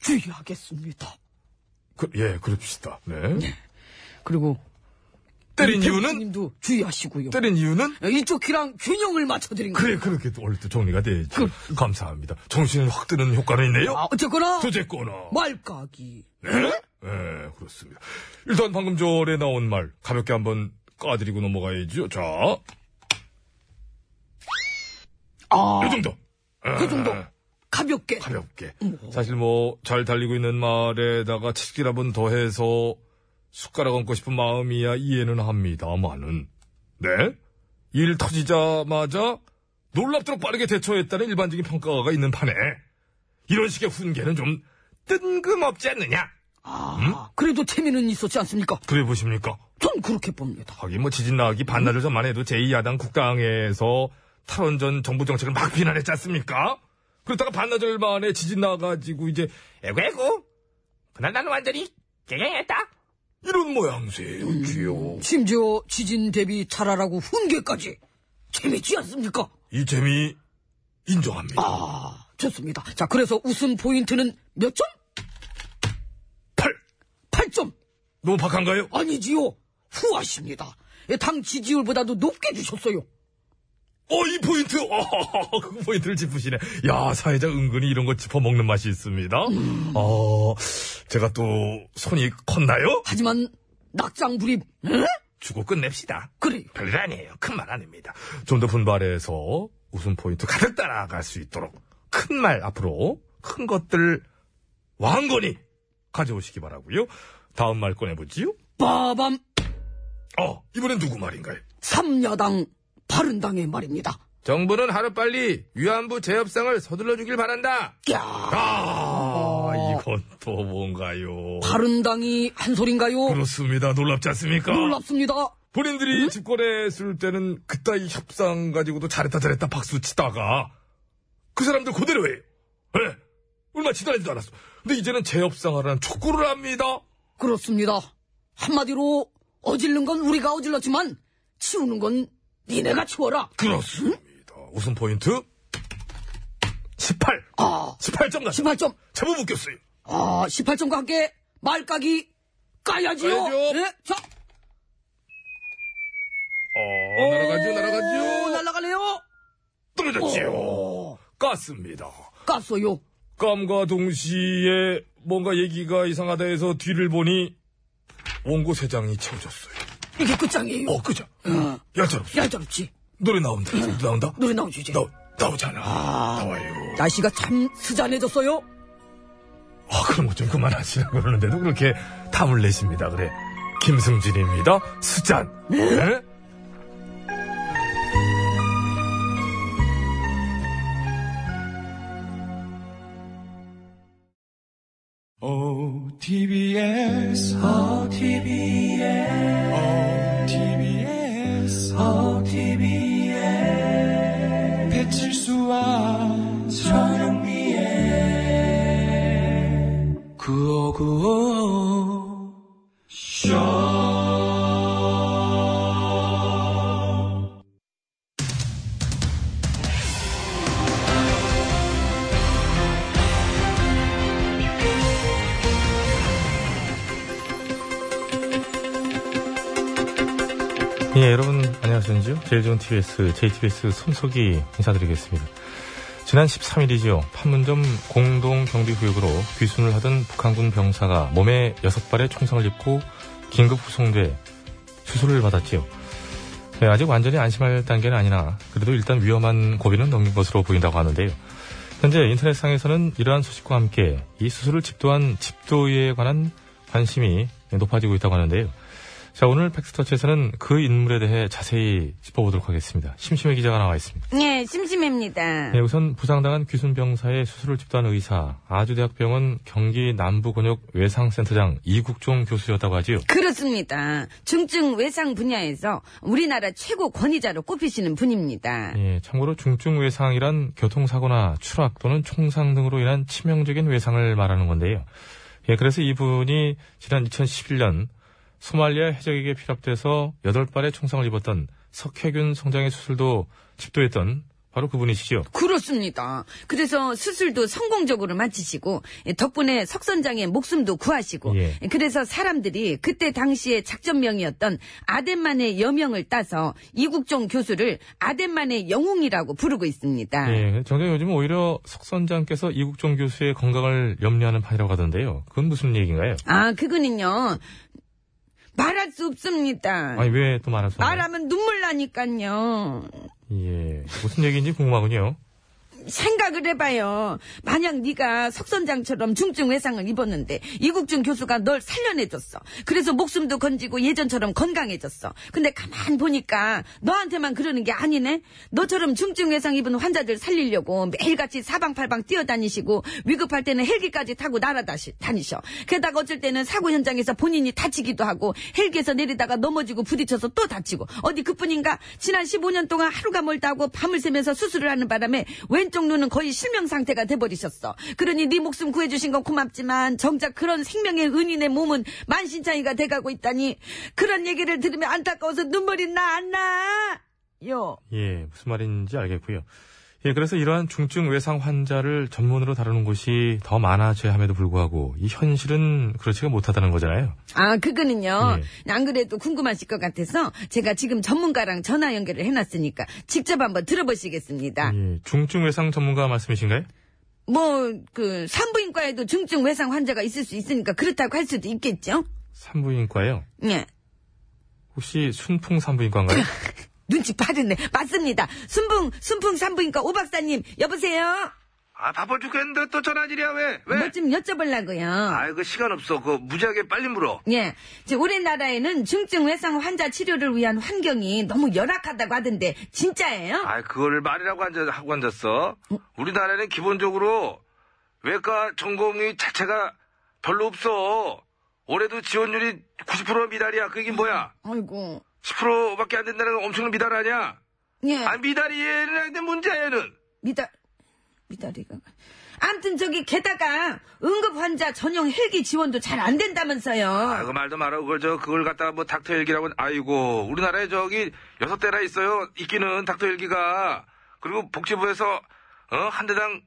Speaker 2: 주의하겠습니다.
Speaker 1: 그, 예, 그럽시다. 네. 음,
Speaker 2: 그리고
Speaker 1: 때린
Speaker 2: 우리
Speaker 1: 이유는
Speaker 2: 배국수님도 주의하시고요.
Speaker 1: 때린 이유는
Speaker 2: 이쪽 귀랑 균형을 맞춰드린 거예요.
Speaker 1: 그래 그렇게 또 오늘 또 정리가 되죠. 감사합니다. 정신을 확 드는 효과는 있네요.
Speaker 2: 아, 뭐? 어쨌거나
Speaker 1: 도제거나.
Speaker 2: 말까기.
Speaker 1: 네? 네, 그렇습니다. 일단 방금 전에 나온 말 가볍게 한번 까드리고 넘어가야죠. 자,
Speaker 2: 아,
Speaker 1: 이 정도. 예.
Speaker 2: 그 정도 가볍게.
Speaker 1: 가볍게. 사실 뭐 잘 달리고 있는 말에다가 치질 한번 더해서 숟가락 얹고 싶은 마음이야 이해는 합니다만은. 네? 일 터지자마자 놀랍도록 빠르게 대처했다는 일반적인 평가가 있는 판에 이런 식의 훈계는 좀 뜬금없지 않느냐?
Speaker 2: 아, 그래도 재미는 있었지 않습니까?
Speaker 1: 그래 보십니까?
Speaker 2: 전 그렇게 봅니다.
Speaker 1: 거기 뭐 지진 나기 반나절 전만 해도 제2야당 국당에서 탈원전 정부 정책을 막 비난했지 않습니까? 그러다가 반나절 만에 지진 나가지고 이제 에고 에고 그날 나는 완전히 개경했다 이런 모양새였지요.
Speaker 2: 심지어 지진 대비 잘하라고 훈계까지. 재밌지 않습니까?
Speaker 1: 이 재미 인정합니다.
Speaker 2: 아, 좋습니다. 자, 그래서 웃음 포인트는 몇 점?
Speaker 1: 팔
Speaker 2: 8점.
Speaker 1: 너무 박한가요?
Speaker 2: 아니지요. 후하십니다. 예, 당 지지율보다도 높게 주셨어요.
Speaker 1: 어 이 포인트 어, 그 포인트를 짚으시네. 야 사회자 은근히 이런 거 짚어 먹는 맛이 있습니다. 어 제가 또 손이 컸나요?
Speaker 2: 하지만 낙장불입.
Speaker 1: 주고 끝냅시다.
Speaker 2: 그래요.
Speaker 1: 별일 아니에요. 큰 말 아닙니다. 좀 더 분발해서 웃음 포인트 가득 따라갈 수 있도록 큰 말 앞으로 큰 것들 왕건히 가져오시기 바라고요. 다음 말 꺼내보지요.
Speaker 2: 빠밤.
Speaker 1: 어, 이번엔 누구 말인가요?
Speaker 2: 삼야당 바른당의 말입니다.
Speaker 3: 정부는 하루빨리 위안부 재협상을 서둘러 주길 바란다.
Speaker 2: 야,
Speaker 1: 아, 이건 또 뭔가요?
Speaker 2: 바른당이 한 소린가요?
Speaker 1: 그렇습니다. 놀랍지 않습니까?
Speaker 2: 놀랍습니다.
Speaker 1: 본인들이 집권에 있을 때는 그따위 협상 가지고도 잘했다 잘했다 박수 치다가 그 사람들 그대로 해요. 예. 얼마 지나지도 않았어. 근데 이제는 재협상하라는 촉구를 합니다.
Speaker 2: 그렇습니다. 한마디로 어질른 건 우리가 어질렀지만 치우는 건 니네가 치워라.
Speaker 1: 그렇습니다. 우승 포인트 18.
Speaker 2: 아,
Speaker 1: 18점 나서
Speaker 2: 18점.
Speaker 1: 제법 웃겼어요.
Speaker 2: 아, 18점과 함께 말까기 까야지요.
Speaker 1: 까야죠.
Speaker 2: 네, 자,
Speaker 1: 어, 날아가지요,
Speaker 2: 오,
Speaker 1: 날아가지요.
Speaker 2: 날아갈래요?
Speaker 1: 떨어졌지요. 깠습니다.
Speaker 2: 깠어요.
Speaker 1: 감과 동시에 뭔가 얘기가 이상하다 해서 뒤를 보니 원고 세 장이 채워졌어요.
Speaker 2: 이게 끝장이에요.
Speaker 1: 어, 그죠? 얄짤없어.
Speaker 2: 얄짤없지.
Speaker 1: 노래 나온다. 나온다.
Speaker 2: 노래 나오지 이제.
Speaker 1: 나, 나오잖아. 나와요.
Speaker 2: 날씨가 참 스잔해졌어요.
Speaker 1: 아, 그런 거 좀 그만하시라고 그러는데도 그렇게 탐을 내십니다. 그래. 김승진입니다. 수잔. 네?
Speaker 4: O TBS, O TBS, O
Speaker 1: 예, 안승주, 제일 좋은 TBS, JTBS 손석희 인사드리겠습니다. 지난 13일이죠. 판문점 공동 경비 구역으로 귀순을 하던 북한군 병사가 몸에 여섯 발의 총상을 입고 긴급 후송돼 수술을 받았지요. 네, 아직 완전히 안심할 단계는 아니나 그래도 일단 위험한 고비는 넘긴 것으로 보인다고 하는데요. 현재 인터넷상에서는 이러한 소식과 함께 이 수술을 집도한 집도에 관한 관심이 높아지고 있다고 하는데요. 자, 오늘 팩스터치에서는 그 인물에 대해 자세히 짚어보도록 하겠습니다. 심심해 기자가 나와 있습니다.
Speaker 8: 예, 심심합니다.
Speaker 1: 네, 우선 부상당한 귀순병사의 수술을 집도한 의사, 아주대학병원 경기 남부곤역 외상센터장 이국종 교수였다고 하지요.
Speaker 8: 그렇습니다. 중증 외상 분야에서 우리나라 최고 권위자로 꼽히시는 분입니다.
Speaker 1: 예, 참고로 중증 외상이란 교통사고나 추락 또는 총상 등으로 인한 치명적인 외상을 말하는 건데요. 예, 그래서 이분이 지난 2011년 소말리아 해적에게 피랍돼서 8발의 총상을 입었던 석혜균 성장의 수술도 집도했던 바로 그분이시죠.
Speaker 8: 그렇습니다. 그래서 수술도 성공적으로 마치시고 예, 덕분에 석선장의 목숨도 구하시고
Speaker 1: 예.
Speaker 8: 예, 그래서 사람들이 그때 당시의 작전명이었던 아덴만의 여명을 따서 이국종 교수를 아덴만의 영웅이라고 부르고 있습니다.
Speaker 1: 예, 정작 요즘 오히려 석선장께서 이국종 교수의 건강을 염려하는 판이라고 하던데요. 그건 무슨 얘기인가요?
Speaker 8: 아 그거는요 말할 수 없습니다.
Speaker 1: 아니, 왜 또 말할 수 없나요?
Speaker 8: 말하면 눈물 나니까요.
Speaker 1: 예, 무슨 얘기인지 궁금하군요.
Speaker 8: 생각을 해봐요. 만약 네가 석선장처럼 중증 외상을 입었는데 이국준 교수가 널 살려내줬어. 그래서 목숨도 건지고 예전처럼 건강해졌어. 근데 가만 보니까 너한테만 그러는 게 아니네. 너처럼 중증 외상 입은 환자들 살리려고 매일같이 사방팔방 뛰어다니시고 위급할 때는 헬기까지 타고 날아다니셔. 게다가 어쩔 때는 사고 현장에서 본인이 다치기도 하고 헬기에서 내리다가 넘어지고 부딪혀서 또 다치고 어디 그뿐인가 지난 15년 동안 하루가 멀다 하고 밤을 새면서 수술을 하는 바람에 왼쪽 눈은 거의 실명 상태가 돼버리셨어 그러니 네 목숨 구해주신 건 고맙지만 정작 그런 생명의 은인의 몸은 만신창이가 돼가고 있다니 그런 얘기를 들으면 안타까워서 눈물이 나 안나요
Speaker 1: 예, 무슨 말인지 알겠고요. 예, 그래서 이러한 중증 외상 환자를 전문으로 다루는 곳이 더 많아져야 함에도 불구하고 이 현실은 그렇지가 못하다는 거잖아요.
Speaker 8: 아, 그거는요. 안 그래도 궁금하실 것 같아서 제가 지금 전문가랑 전화 연결을 해놨으니까 직접 한번 들어보시겠습니다.
Speaker 1: 예, 중증 외상 전문가 말씀이신가요?
Speaker 8: 뭐, 그, 산부인과에도 중증 외상 환자가 있을 수 있으니까 그렇다고 할 수도 있겠죠?
Speaker 1: 산부인과요.
Speaker 8: 예.
Speaker 1: 혹시 순풍 산부인과인가요?
Speaker 8: 눈치 빠르네. 맞습니다. 순풍, 순풍 산부인과 오 박사님, 여보세요?
Speaker 10: 아 바빠 죽겠는데 또 전화질이야 왜? 왜?
Speaker 8: 뭐 좀 여쭤보려고요.
Speaker 10: 아이고 시간 없어 그 무지하게 빨리 물어
Speaker 8: 예. 저 우리나라에는 중증 외상 환자 치료를 위한 환경이 너무 열악하다고 하던데, 진짜예요?
Speaker 10: 아이 그걸 말이라고 앉아, 하고 앉았어 우리나라는 기본적으로 외과 전공의 자체가 별로 없어 올해도 지원율이 90% 미달이야 그게 뭐야
Speaker 8: 아이고.
Speaker 10: 10%밖에 안 된다는 건 엄청난 미달 아니야
Speaker 8: 예.
Speaker 10: 아 미달이 얘는 문제야 얘는
Speaker 8: 미달, 미달이가. 암튼 저기 게다가 응급 환자 전용 헬기 지원도 잘 안 된다면서요.
Speaker 10: 아이고 말도 말아 그걸 저 그걸 갖다가 뭐 닥터 일기라고 아이고 우리나라에 저기 여섯 대나 있어요 있기는 닥터 일기가 그리고 복지부에서 어, 한 대당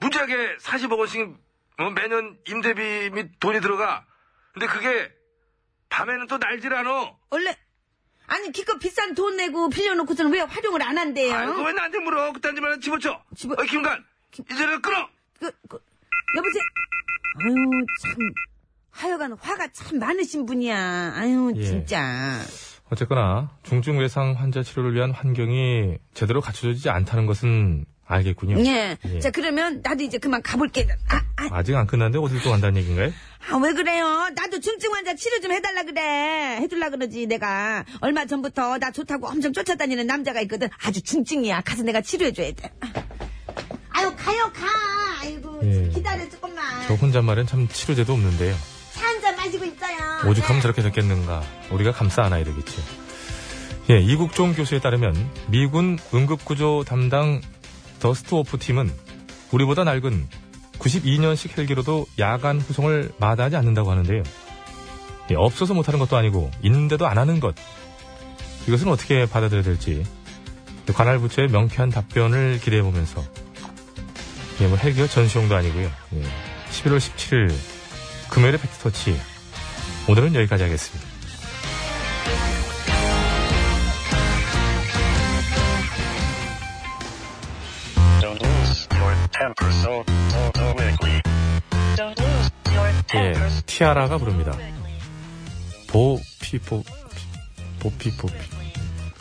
Speaker 10: 무지하게 40억 원씩 어, 매년 임대비 및 돈이 들어가 근데 그게 밤에는 또 날질 않어
Speaker 8: 원래 아니 기껏 비싼 돈 내고 빌려놓고서는 왜 활용을 안 한대요?
Speaker 10: 아이고 왜 나한테 물어 그딴 짓만 집어쳐
Speaker 8: 집어-
Speaker 10: 어이 김간 이제는 끊어
Speaker 8: 그, 그, 여보세요. 아유 참 하여간 화가 참 많으신 분이야. 아유
Speaker 1: 예.
Speaker 8: 진짜.
Speaker 1: 어쨌거나 중증 외상 환자 치료를 위한 환경이 제대로 갖춰지지 않다는 것은 알겠군요.
Speaker 8: 예.
Speaker 1: 예.
Speaker 8: 자 그러면 나도 이제 그만 가볼게. 아아왜
Speaker 1: 아직 안 끝났는데 어딜 또 간다는 얘기인가요?
Speaker 8: 아, 그래요? 나도 중증 환자 치료 좀 해달라 그래. 해줄라 그러지 내가 얼마 전부터 나 좋다고 엄청 쫓아다니는 남자가 있거든. 아주 중증이야. 가서 내가 치료해줘야 돼. 아,
Speaker 7: 아유 가요 가 아이고
Speaker 1: 예.
Speaker 7: 기다려 조금만
Speaker 1: 저 혼잣말은 참 치료제도 없는데요.
Speaker 7: 차 한 잔 마시고 있어요
Speaker 8: 네.
Speaker 1: 오죽하면 저렇게 됐겠는가. 우리가 감싸 안아야 되겠지. 예, 이국종 교수에 따르면 미군 응급구조 담당 더스트오프 팀은 우리보다 낡은 92년식 헬기로도 야간 후송을 마다하지 않는다고 하는데요. 예, 없어서 못하는 것도 아니고 있는데도 안 하는 것. 이것은 어떻게 받아들여야 될지 관할 부처의 명쾌한 답변을 기대해 보면서 예, 뭐 헬기가 전시용도 아니고요. 예, 11월 17일 금요일의 팩트터치 오늘은 여기까지 하겠습니다. 키아라가 예, 부릅니다. 보피 보 보피 보피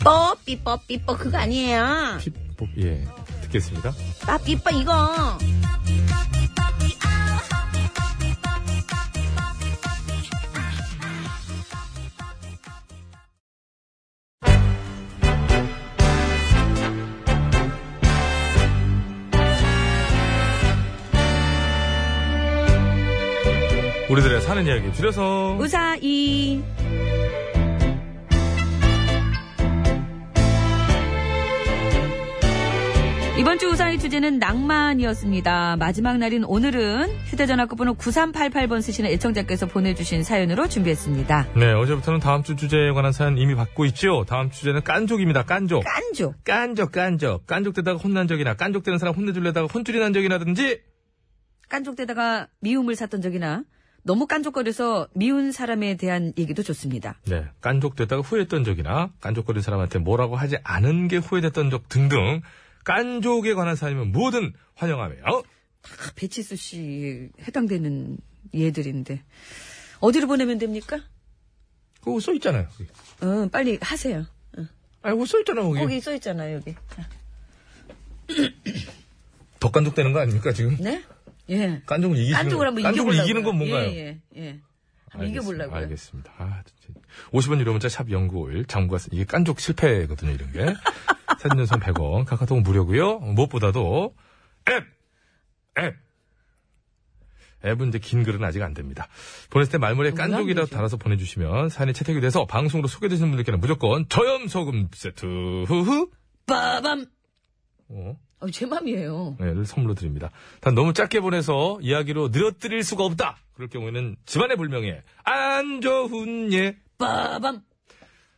Speaker 11: 뽀삐 뽀삐 뽀 그거 아니에요
Speaker 1: 피 보피 예 듣겠습니다.
Speaker 8: 아,
Speaker 11: 빠삐 뽀 이거
Speaker 1: 우리들의 사는 이야기 줄여서
Speaker 8: 우사이. 이번 주 우사의 주제는 낭만이었습니다. 마지막 날인 오늘은 휴대전화 끝번호 9388번 쓰시는 애청자께서 보내주신 사연으로 준비했습니다.
Speaker 1: 네 어제부터는 다음 주 주제에 관한 사연 이미 받고 있죠. 다음 주제는 깐족입니다. 깐족.
Speaker 8: 깐족.
Speaker 1: 깐족 깐족 깐족되다가 혼난 적이나 깐족되는 사람 혼내주려다가 혼쭐이 난 적이라든지
Speaker 8: 깐족대다가 미움을 샀던 적이나 너무 깐족거려서 미운 사람에 대한 얘기도 좋습니다.
Speaker 1: 네, 깐족되다가 후회했던 적이나 깐족거린 사람한테 뭐라고 하지 않은 게 후회됐던 적 등등 깐족에 관한 사연이면 뭐든 환영하며
Speaker 8: 아, 배치수 씨에 해당되는 예들인데 어디로 보내면 됩니까?
Speaker 3: 그거 써 있잖아요. 거기.
Speaker 8: 어, 빨리 하세요. 어.
Speaker 3: 아니, 그거 써 있잖아,
Speaker 1: 예.
Speaker 3: 거기.
Speaker 8: 거기 써 있잖아요, 여기.
Speaker 3: 더 깐족되는 거 아닙니까, 지금?
Speaker 8: 네? 예.
Speaker 3: 깐족을 이기시는
Speaker 8: 깐족을 한번
Speaker 3: 깐족을
Speaker 8: 이겨보려고.
Speaker 3: 이기는 건 뭔가요?
Speaker 8: 예, 예, 예. 한번 이겨보려고.
Speaker 1: 알겠습니다. 아, 진짜. 50원 유료 문자 샵 0951, 장구가 이게 깐족 실패거든요, 이런
Speaker 8: <laughs>
Speaker 1: 게. 사진 연속 100원, 카카오톡 무료고요. 무엇보다도 앱! 앱! 앱은 이제 긴 글은 아직 안 됩니다. 보냈을 때 말머리에 깐족이라도 달아서 보내주시면 사연이 채택이 돼서 방송으로 소개되시는 분들께는 무조건 저염소금 세트, 후후!
Speaker 8: 빠밤!
Speaker 1: 어,
Speaker 8: 어, 제 맘이에요.
Speaker 1: 네,를 선물로 드립니다. 단 너무 짧게 보내서 이야기로 늘어뜨릴 수가 없다! 그럴 경우에는 집안의 불명예, 안 좋은 예.
Speaker 8: 빠밤!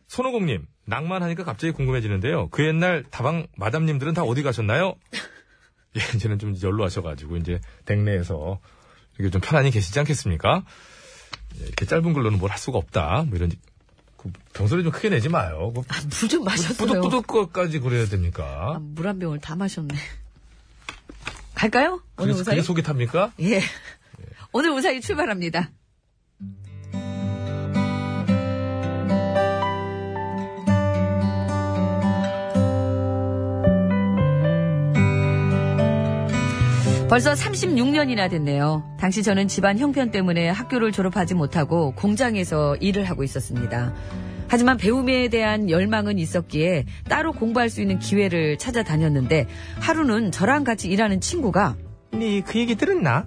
Speaker 1: 손오공님, 낭만하니까 갑자기 궁금해지는데요. 그 옛날 다방 마담님들은 다 어디 가셨나요? <laughs> 예, 이제는 좀 연로 하셔가지고, 이제, 댁내에서, 이렇게 좀 편안히 계시지 않겠습니까? 예, 이렇게 짧은 글로는 뭘 할 수가 없다. 뭐 이런, 그 병소리 좀 크게 내지 마요. 뭐
Speaker 8: 아, 물 좀 마셨어요. 아,
Speaker 1: 뿌득뿌득 것까지 그래야 됩니까?
Speaker 8: 물 한 병을 다 마셨네. 갈까요? 오늘
Speaker 1: 그래서
Speaker 8: 우사히?
Speaker 1: 그게 속이 탑니까?
Speaker 8: 예. 오늘 우사히 출발합니다. 벌써 36년이나 됐네요. 당시 저는 집안 형편 때문에 학교를 졸업하지 못하고 공장에서 일을 하고 있었습니다. 하지만 배움에 대한 열망은 있었기에 따로 공부할 수 있는 기회를 찾아다녔는데 하루는 저랑 같이 일하는 친구가
Speaker 3: 니, 그 얘기 들었나?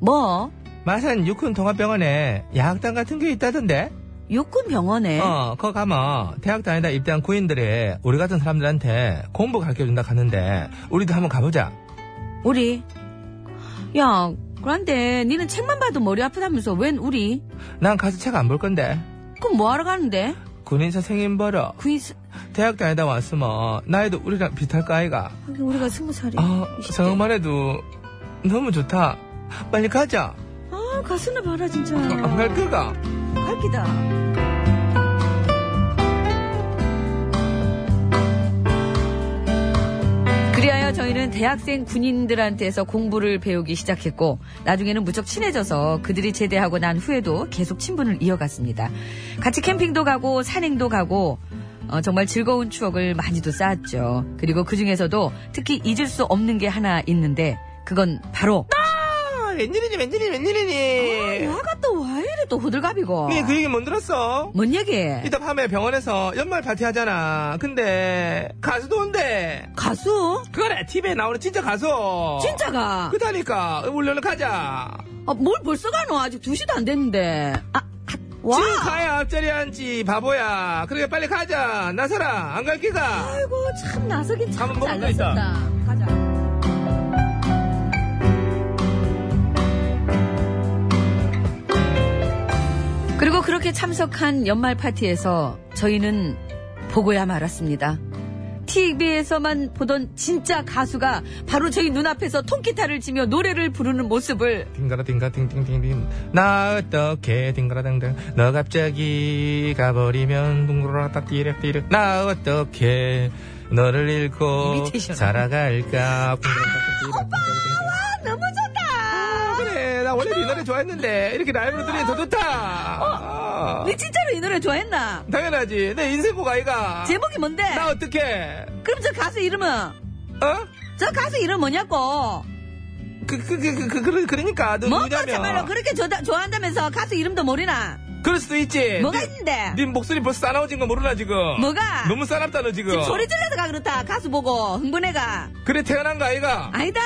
Speaker 8: 뭐
Speaker 3: 마산 육군 동합병원에 야학당 같은 게 있다던데?
Speaker 8: 육군 병원에
Speaker 3: 어, 거 가면 대학 다니다 입대한 군인들이 우리 같은 사람들한테 공부 가르쳐 준다 하는데 우리도 한번 가보자.
Speaker 8: 우리 야 그런데 니는 책만 봐도 머리 아프다면서 웬 우리
Speaker 3: 난 가서 책 안 볼 건데.
Speaker 8: 그럼 뭐하러 가는데
Speaker 3: 군인 선생님 보러
Speaker 8: 그이 스-
Speaker 3: 대학 다니다 왔으면 나이도 우리랑 비슷할 거 아이가.
Speaker 8: 하긴 우리가 스무 살이
Speaker 3: 아,
Speaker 8: 이십 대.
Speaker 3: 생각만 해도 너무 좋다. 빨리 가자.
Speaker 8: 아 가슴을 봐라 진짜
Speaker 3: 안 갈 거가.
Speaker 8: 갈 기다 그리하여 저희는 대학생 군인들한테서 공부를 배우기 시작했고 나중에는 무척 친해져서 그들이 제대하고 난 후에도 계속 친분을 이어갔습니다. 같이 캠핑도 가고 산행도 가고 어, 정말 즐거운 추억을 많이도 쌓았죠. 그리고 그 중에서도 특히 잊을 수 없는 게 하나 있는데 그건 바로
Speaker 3: 아, 웬일이니, 웬일이니, 웬일이니.
Speaker 8: 야가 또 왜 이래 또 호들갑이고
Speaker 3: 네, 그 얘기 못 들었어?
Speaker 8: 뭔 얘기?
Speaker 3: 이따 밤에 병원에서 연말 파티 하잖아. 근데 가수도 온대.
Speaker 8: 가수?
Speaker 3: 그래, TV에 나오는 진짜 가수. 어.
Speaker 8: 진짜가?
Speaker 3: 그다니까. 우리 얼른 가자.
Speaker 8: 아, 뭘 벌써 가노? 아직 2시도 안 됐는데. 아, 아, 와.
Speaker 3: 지금 가야 앞자리 앉지, 바보야. 그러게 빨리 가자. 나서라. 안 갈 게가.
Speaker 8: 아이고, 참, 나서긴 참
Speaker 3: 가면 먹을 거
Speaker 8: 잘 나섰다. 가자. 그리고 그렇게 참석한 연말 파티에서 저희는 보고야 말았습니다. TV에서만 보던 진짜 가수가 바로 저희 눈앞에서 통기타를 치며 노래를 부르는 모습을
Speaker 3: 딩가라 딩가 딩딩딩딩 나 어떻게 딩가라 딩딩 너 갑자기 가버리면 둥그러라따 띠렉띠렉 나 어떻게 너를 잃고
Speaker 8: 이미테이션.
Speaker 3: 살아갈까 아, 오빠
Speaker 8: 너무 좋다.
Speaker 3: 그래 나 원래 이 노래 좋아했는데 이렇게 라이브로 들으니 더 좋다
Speaker 8: 네 진짜로 이 노래 좋아했나?
Speaker 3: 당연하지 내 인생곡 아이가
Speaker 8: 제목이 뭔데?
Speaker 3: 나 어떡해
Speaker 8: 그럼 저 가수 이름은?
Speaker 3: 어?
Speaker 8: 저 가수 이름 뭐냐고?
Speaker 3: 그, 그, 그, 그, 그, 그, 그러니까 너
Speaker 8: 뭐
Speaker 3: 누구냐며.
Speaker 8: 거짓말로 그렇게 좋다- 좋아한다면서 가수 이름도 모르나?
Speaker 3: 그럴 수도 있지
Speaker 8: 뭐가
Speaker 3: 네-
Speaker 8: 있는데?
Speaker 3: 네 목소리 벌써 싸나워진 거 모르나 지금
Speaker 8: 뭐가?
Speaker 3: 너무 싸납다 너 지금
Speaker 8: 지금 소리 질러서 가 그렇다 가수 보고 흥분해가
Speaker 3: 그래 태어난 거 아이가
Speaker 8: 아니다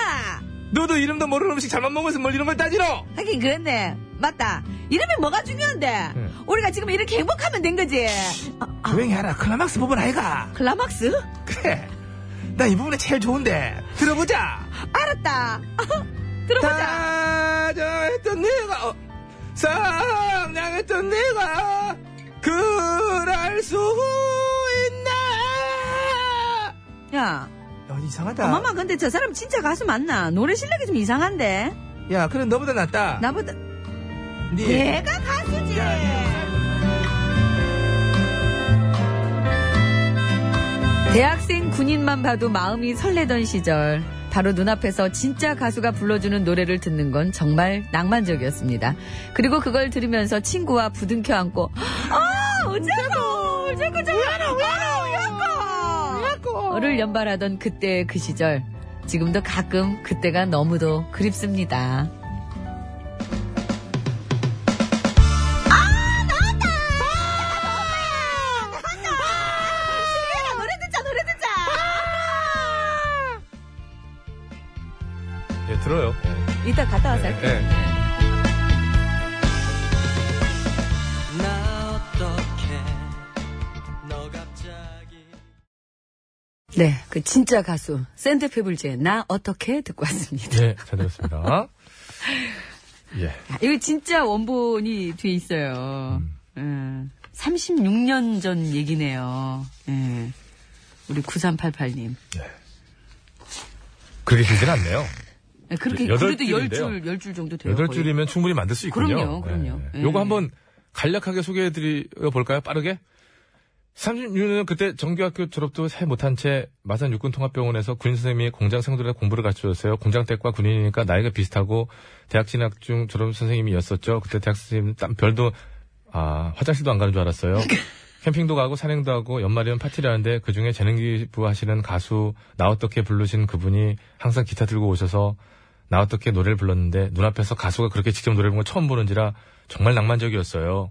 Speaker 3: 너도 이름도 모르는 음식 잘만 먹어서 뭘 이런 걸 따지러
Speaker 8: 하긴 그랬네 맞다 이름이 뭐가 중요한데
Speaker 3: 네.
Speaker 8: 우리가 지금 이렇게 행복하면 된 거지
Speaker 3: 조용히 하라 클라막스 부분 아이가
Speaker 8: 클라막스?
Speaker 3: 그래 나 이 부분이 제일 좋은데 들어보자
Speaker 8: 알았다 들어보자
Speaker 3: 다정했던 내가 어, 사랑했던 내가 그럴 수 있나
Speaker 8: 야
Speaker 3: 야 이상하다
Speaker 8: 엄마마 근데 저 사람 진짜 가수 맞나? 노래 실력이 좀 이상한데
Speaker 3: 야 그럼 너보다 낫다
Speaker 8: 나보다
Speaker 3: 네.
Speaker 8: 얘가 가수지 대학생 군인만 봐도 마음이 설레던 시절 바로 눈앞에서 진짜 가수가 불러주는 노래를 듣는 건 정말 낭만적이었습니다. 그리고 그걸 들으면서 친구와 부둥켜 안고 아 어쩌고 어쩌고 저쩌고 야고 를 연발하던 그때의 그 시절 지금도 가끔 그때가 너무도 그립습니다.
Speaker 1: 예, 들어요.
Speaker 8: 이따 갔다 와서 할게요.
Speaker 1: 예.
Speaker 12: 나 어떡해 너 갑자기
Speaker 8: 네, 그 진짜 가수 샌드 페블즈의 나 어떻게 듣고 왔습니다.
Speaker 1: 예, 잘 들었습니다. 예.
Speaker 8: <laughs> 이거 진짜 원본이 뒤에 있어요.
Speaker 1: 음.
Speaker 8: 36년 전 얘기네요. 예. 우리 9388님.
Speaker 1: 그렇게 길진 않네요.
Speaker 8: 예, 그렇게
Speaker 1: 여덟
Speaker 8: 그래도
Speaker 1: 줄인데요.
Speaker 8: 10줄, 10줄 정도 돼요.
Speaker 1: 네, 여덟
Speaker 8: 거의.
Speaker 1: 줄이면 충분히 만들 수 있군요.
Speaker 8: 그럼요, 그럼요.
Speaker 1: 예.
Speaker 8: 예.
Speaker 1: 요거 한번 간략하게 소개해드려 볼까요? 빠르게? 36년 그때 정규학교 졸업도 해 못한 채 마산 육군통합병원에서 군인 선생님이 공장 생들의 공부를 가르쳐줬어요. 공장댁과 군인이니까 나이가 비슷하고 대학 진학 중 졸업 선생님이었었죠. 그때 대학 선생님 땀 별도 아 화장실도 안 가는 줄
Speaker 8: <laughs>
Speaker 1: 알았어요. 캠핑도 가고 산행도 하고 연말이면 파티를 하는데 그중에 재능 기부하시는 가수 나 어떻게 부르신 그분이 항상 기타 들고 오셔서 나 어떻게 노래를 불렀는데 눈앞에서 가수가 그렇게 직접 노래 부른 걸 처음 보는지라 정말 낭만적이었어요.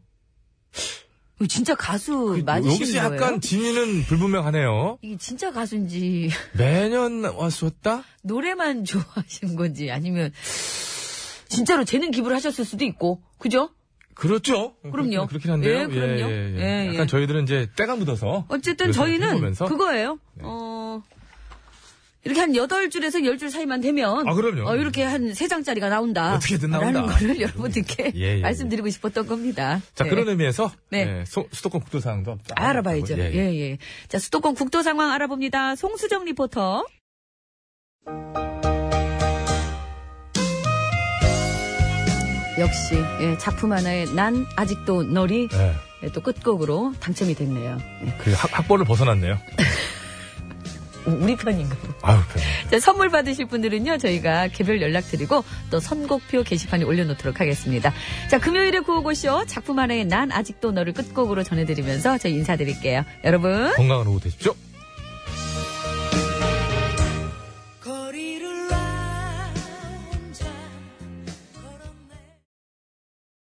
Speaker 8: 이거 어, 진짜 가수
Speaker 1: 그, 여기서
Speaker 8: 맞으시는 거예요?
Speaker 1: 약간 진위는 불분명하네요.
Speaker 8: 이게 진짜 가수인지 <laughs>
Speaker 1: 매년 왔었다?
Speaker 8: 노래만 좋아하시는 건지 아니면 진짜로 재능 기부를 하셨을 수도 있고. 그죠?
Speaker 1: 그렇죠.
Speaker 8: 그럼요.
Speaker 1: 그렇긴 한데요.
Speaker 8: 예, 그럼요.
Speaker 1: 예,
Speaker 8: 예, 예.
Speaker 1: 약간 저희들은 이제 때가 묻어서.
Speaker 8: 어쨌든
Speaker 1: 요새
Speaker 8: 저희는
Speaker 1: 읽으면서. 네.
Speaker 8: 그거예요. 어, 이렇게 한 8줄에서 10줄 사이만 되면.
Speaker 1: 아, 그럼요.
Speaker 8: 어, 이렇게 한 3장짜리가 나온다.
Speaker 1: 어떻게든 나온다.
Speaker 8: 라는 거를 여러분들께
Speaker 1: 예, 예,
Speaker 8: 말씀드리고 싶었던 겁니다.
Speaker 1: 자,
Speaker 8: 네.
Speaker 1: 그런 의미에서.
Speaker 8: 네.
Speaker 1: 예, 소- 수도권 국도상황도 한번
Speaker 8: 알아봐야죠.
Speaker 1: 예,
Speaker 8: 예,
Speaker 1: 예.
Speaker 8: 예. 자, 수도권 국도 상황 알아봅니다. 송수정 리포터. 역시, 예, 작품 하나에 난 아직도 너리.
Speaker 1: 예,
Speaker 8: 예, 또 끝곡으로 당첨이 됐네요. 예,
Speaker 1: 그 학, 학벌을 벗어났네요.
Speaker 8: 우리 편인가 보
Speaker 1: 아유, 그래.
Speaker 8: 자, 선물 받으실 분들은요, 저희가 개별 연락드리고 또 선곡표 게시판에 올려놓도록 하겠습니다. 자, 금요일에 구호고쇼 작품 하나의 난 아직도 너를 끝곡으로 전해드리면서 저희 인사드릴게요. 여러분.
Speaker 1: 건강한 오후 되십시오.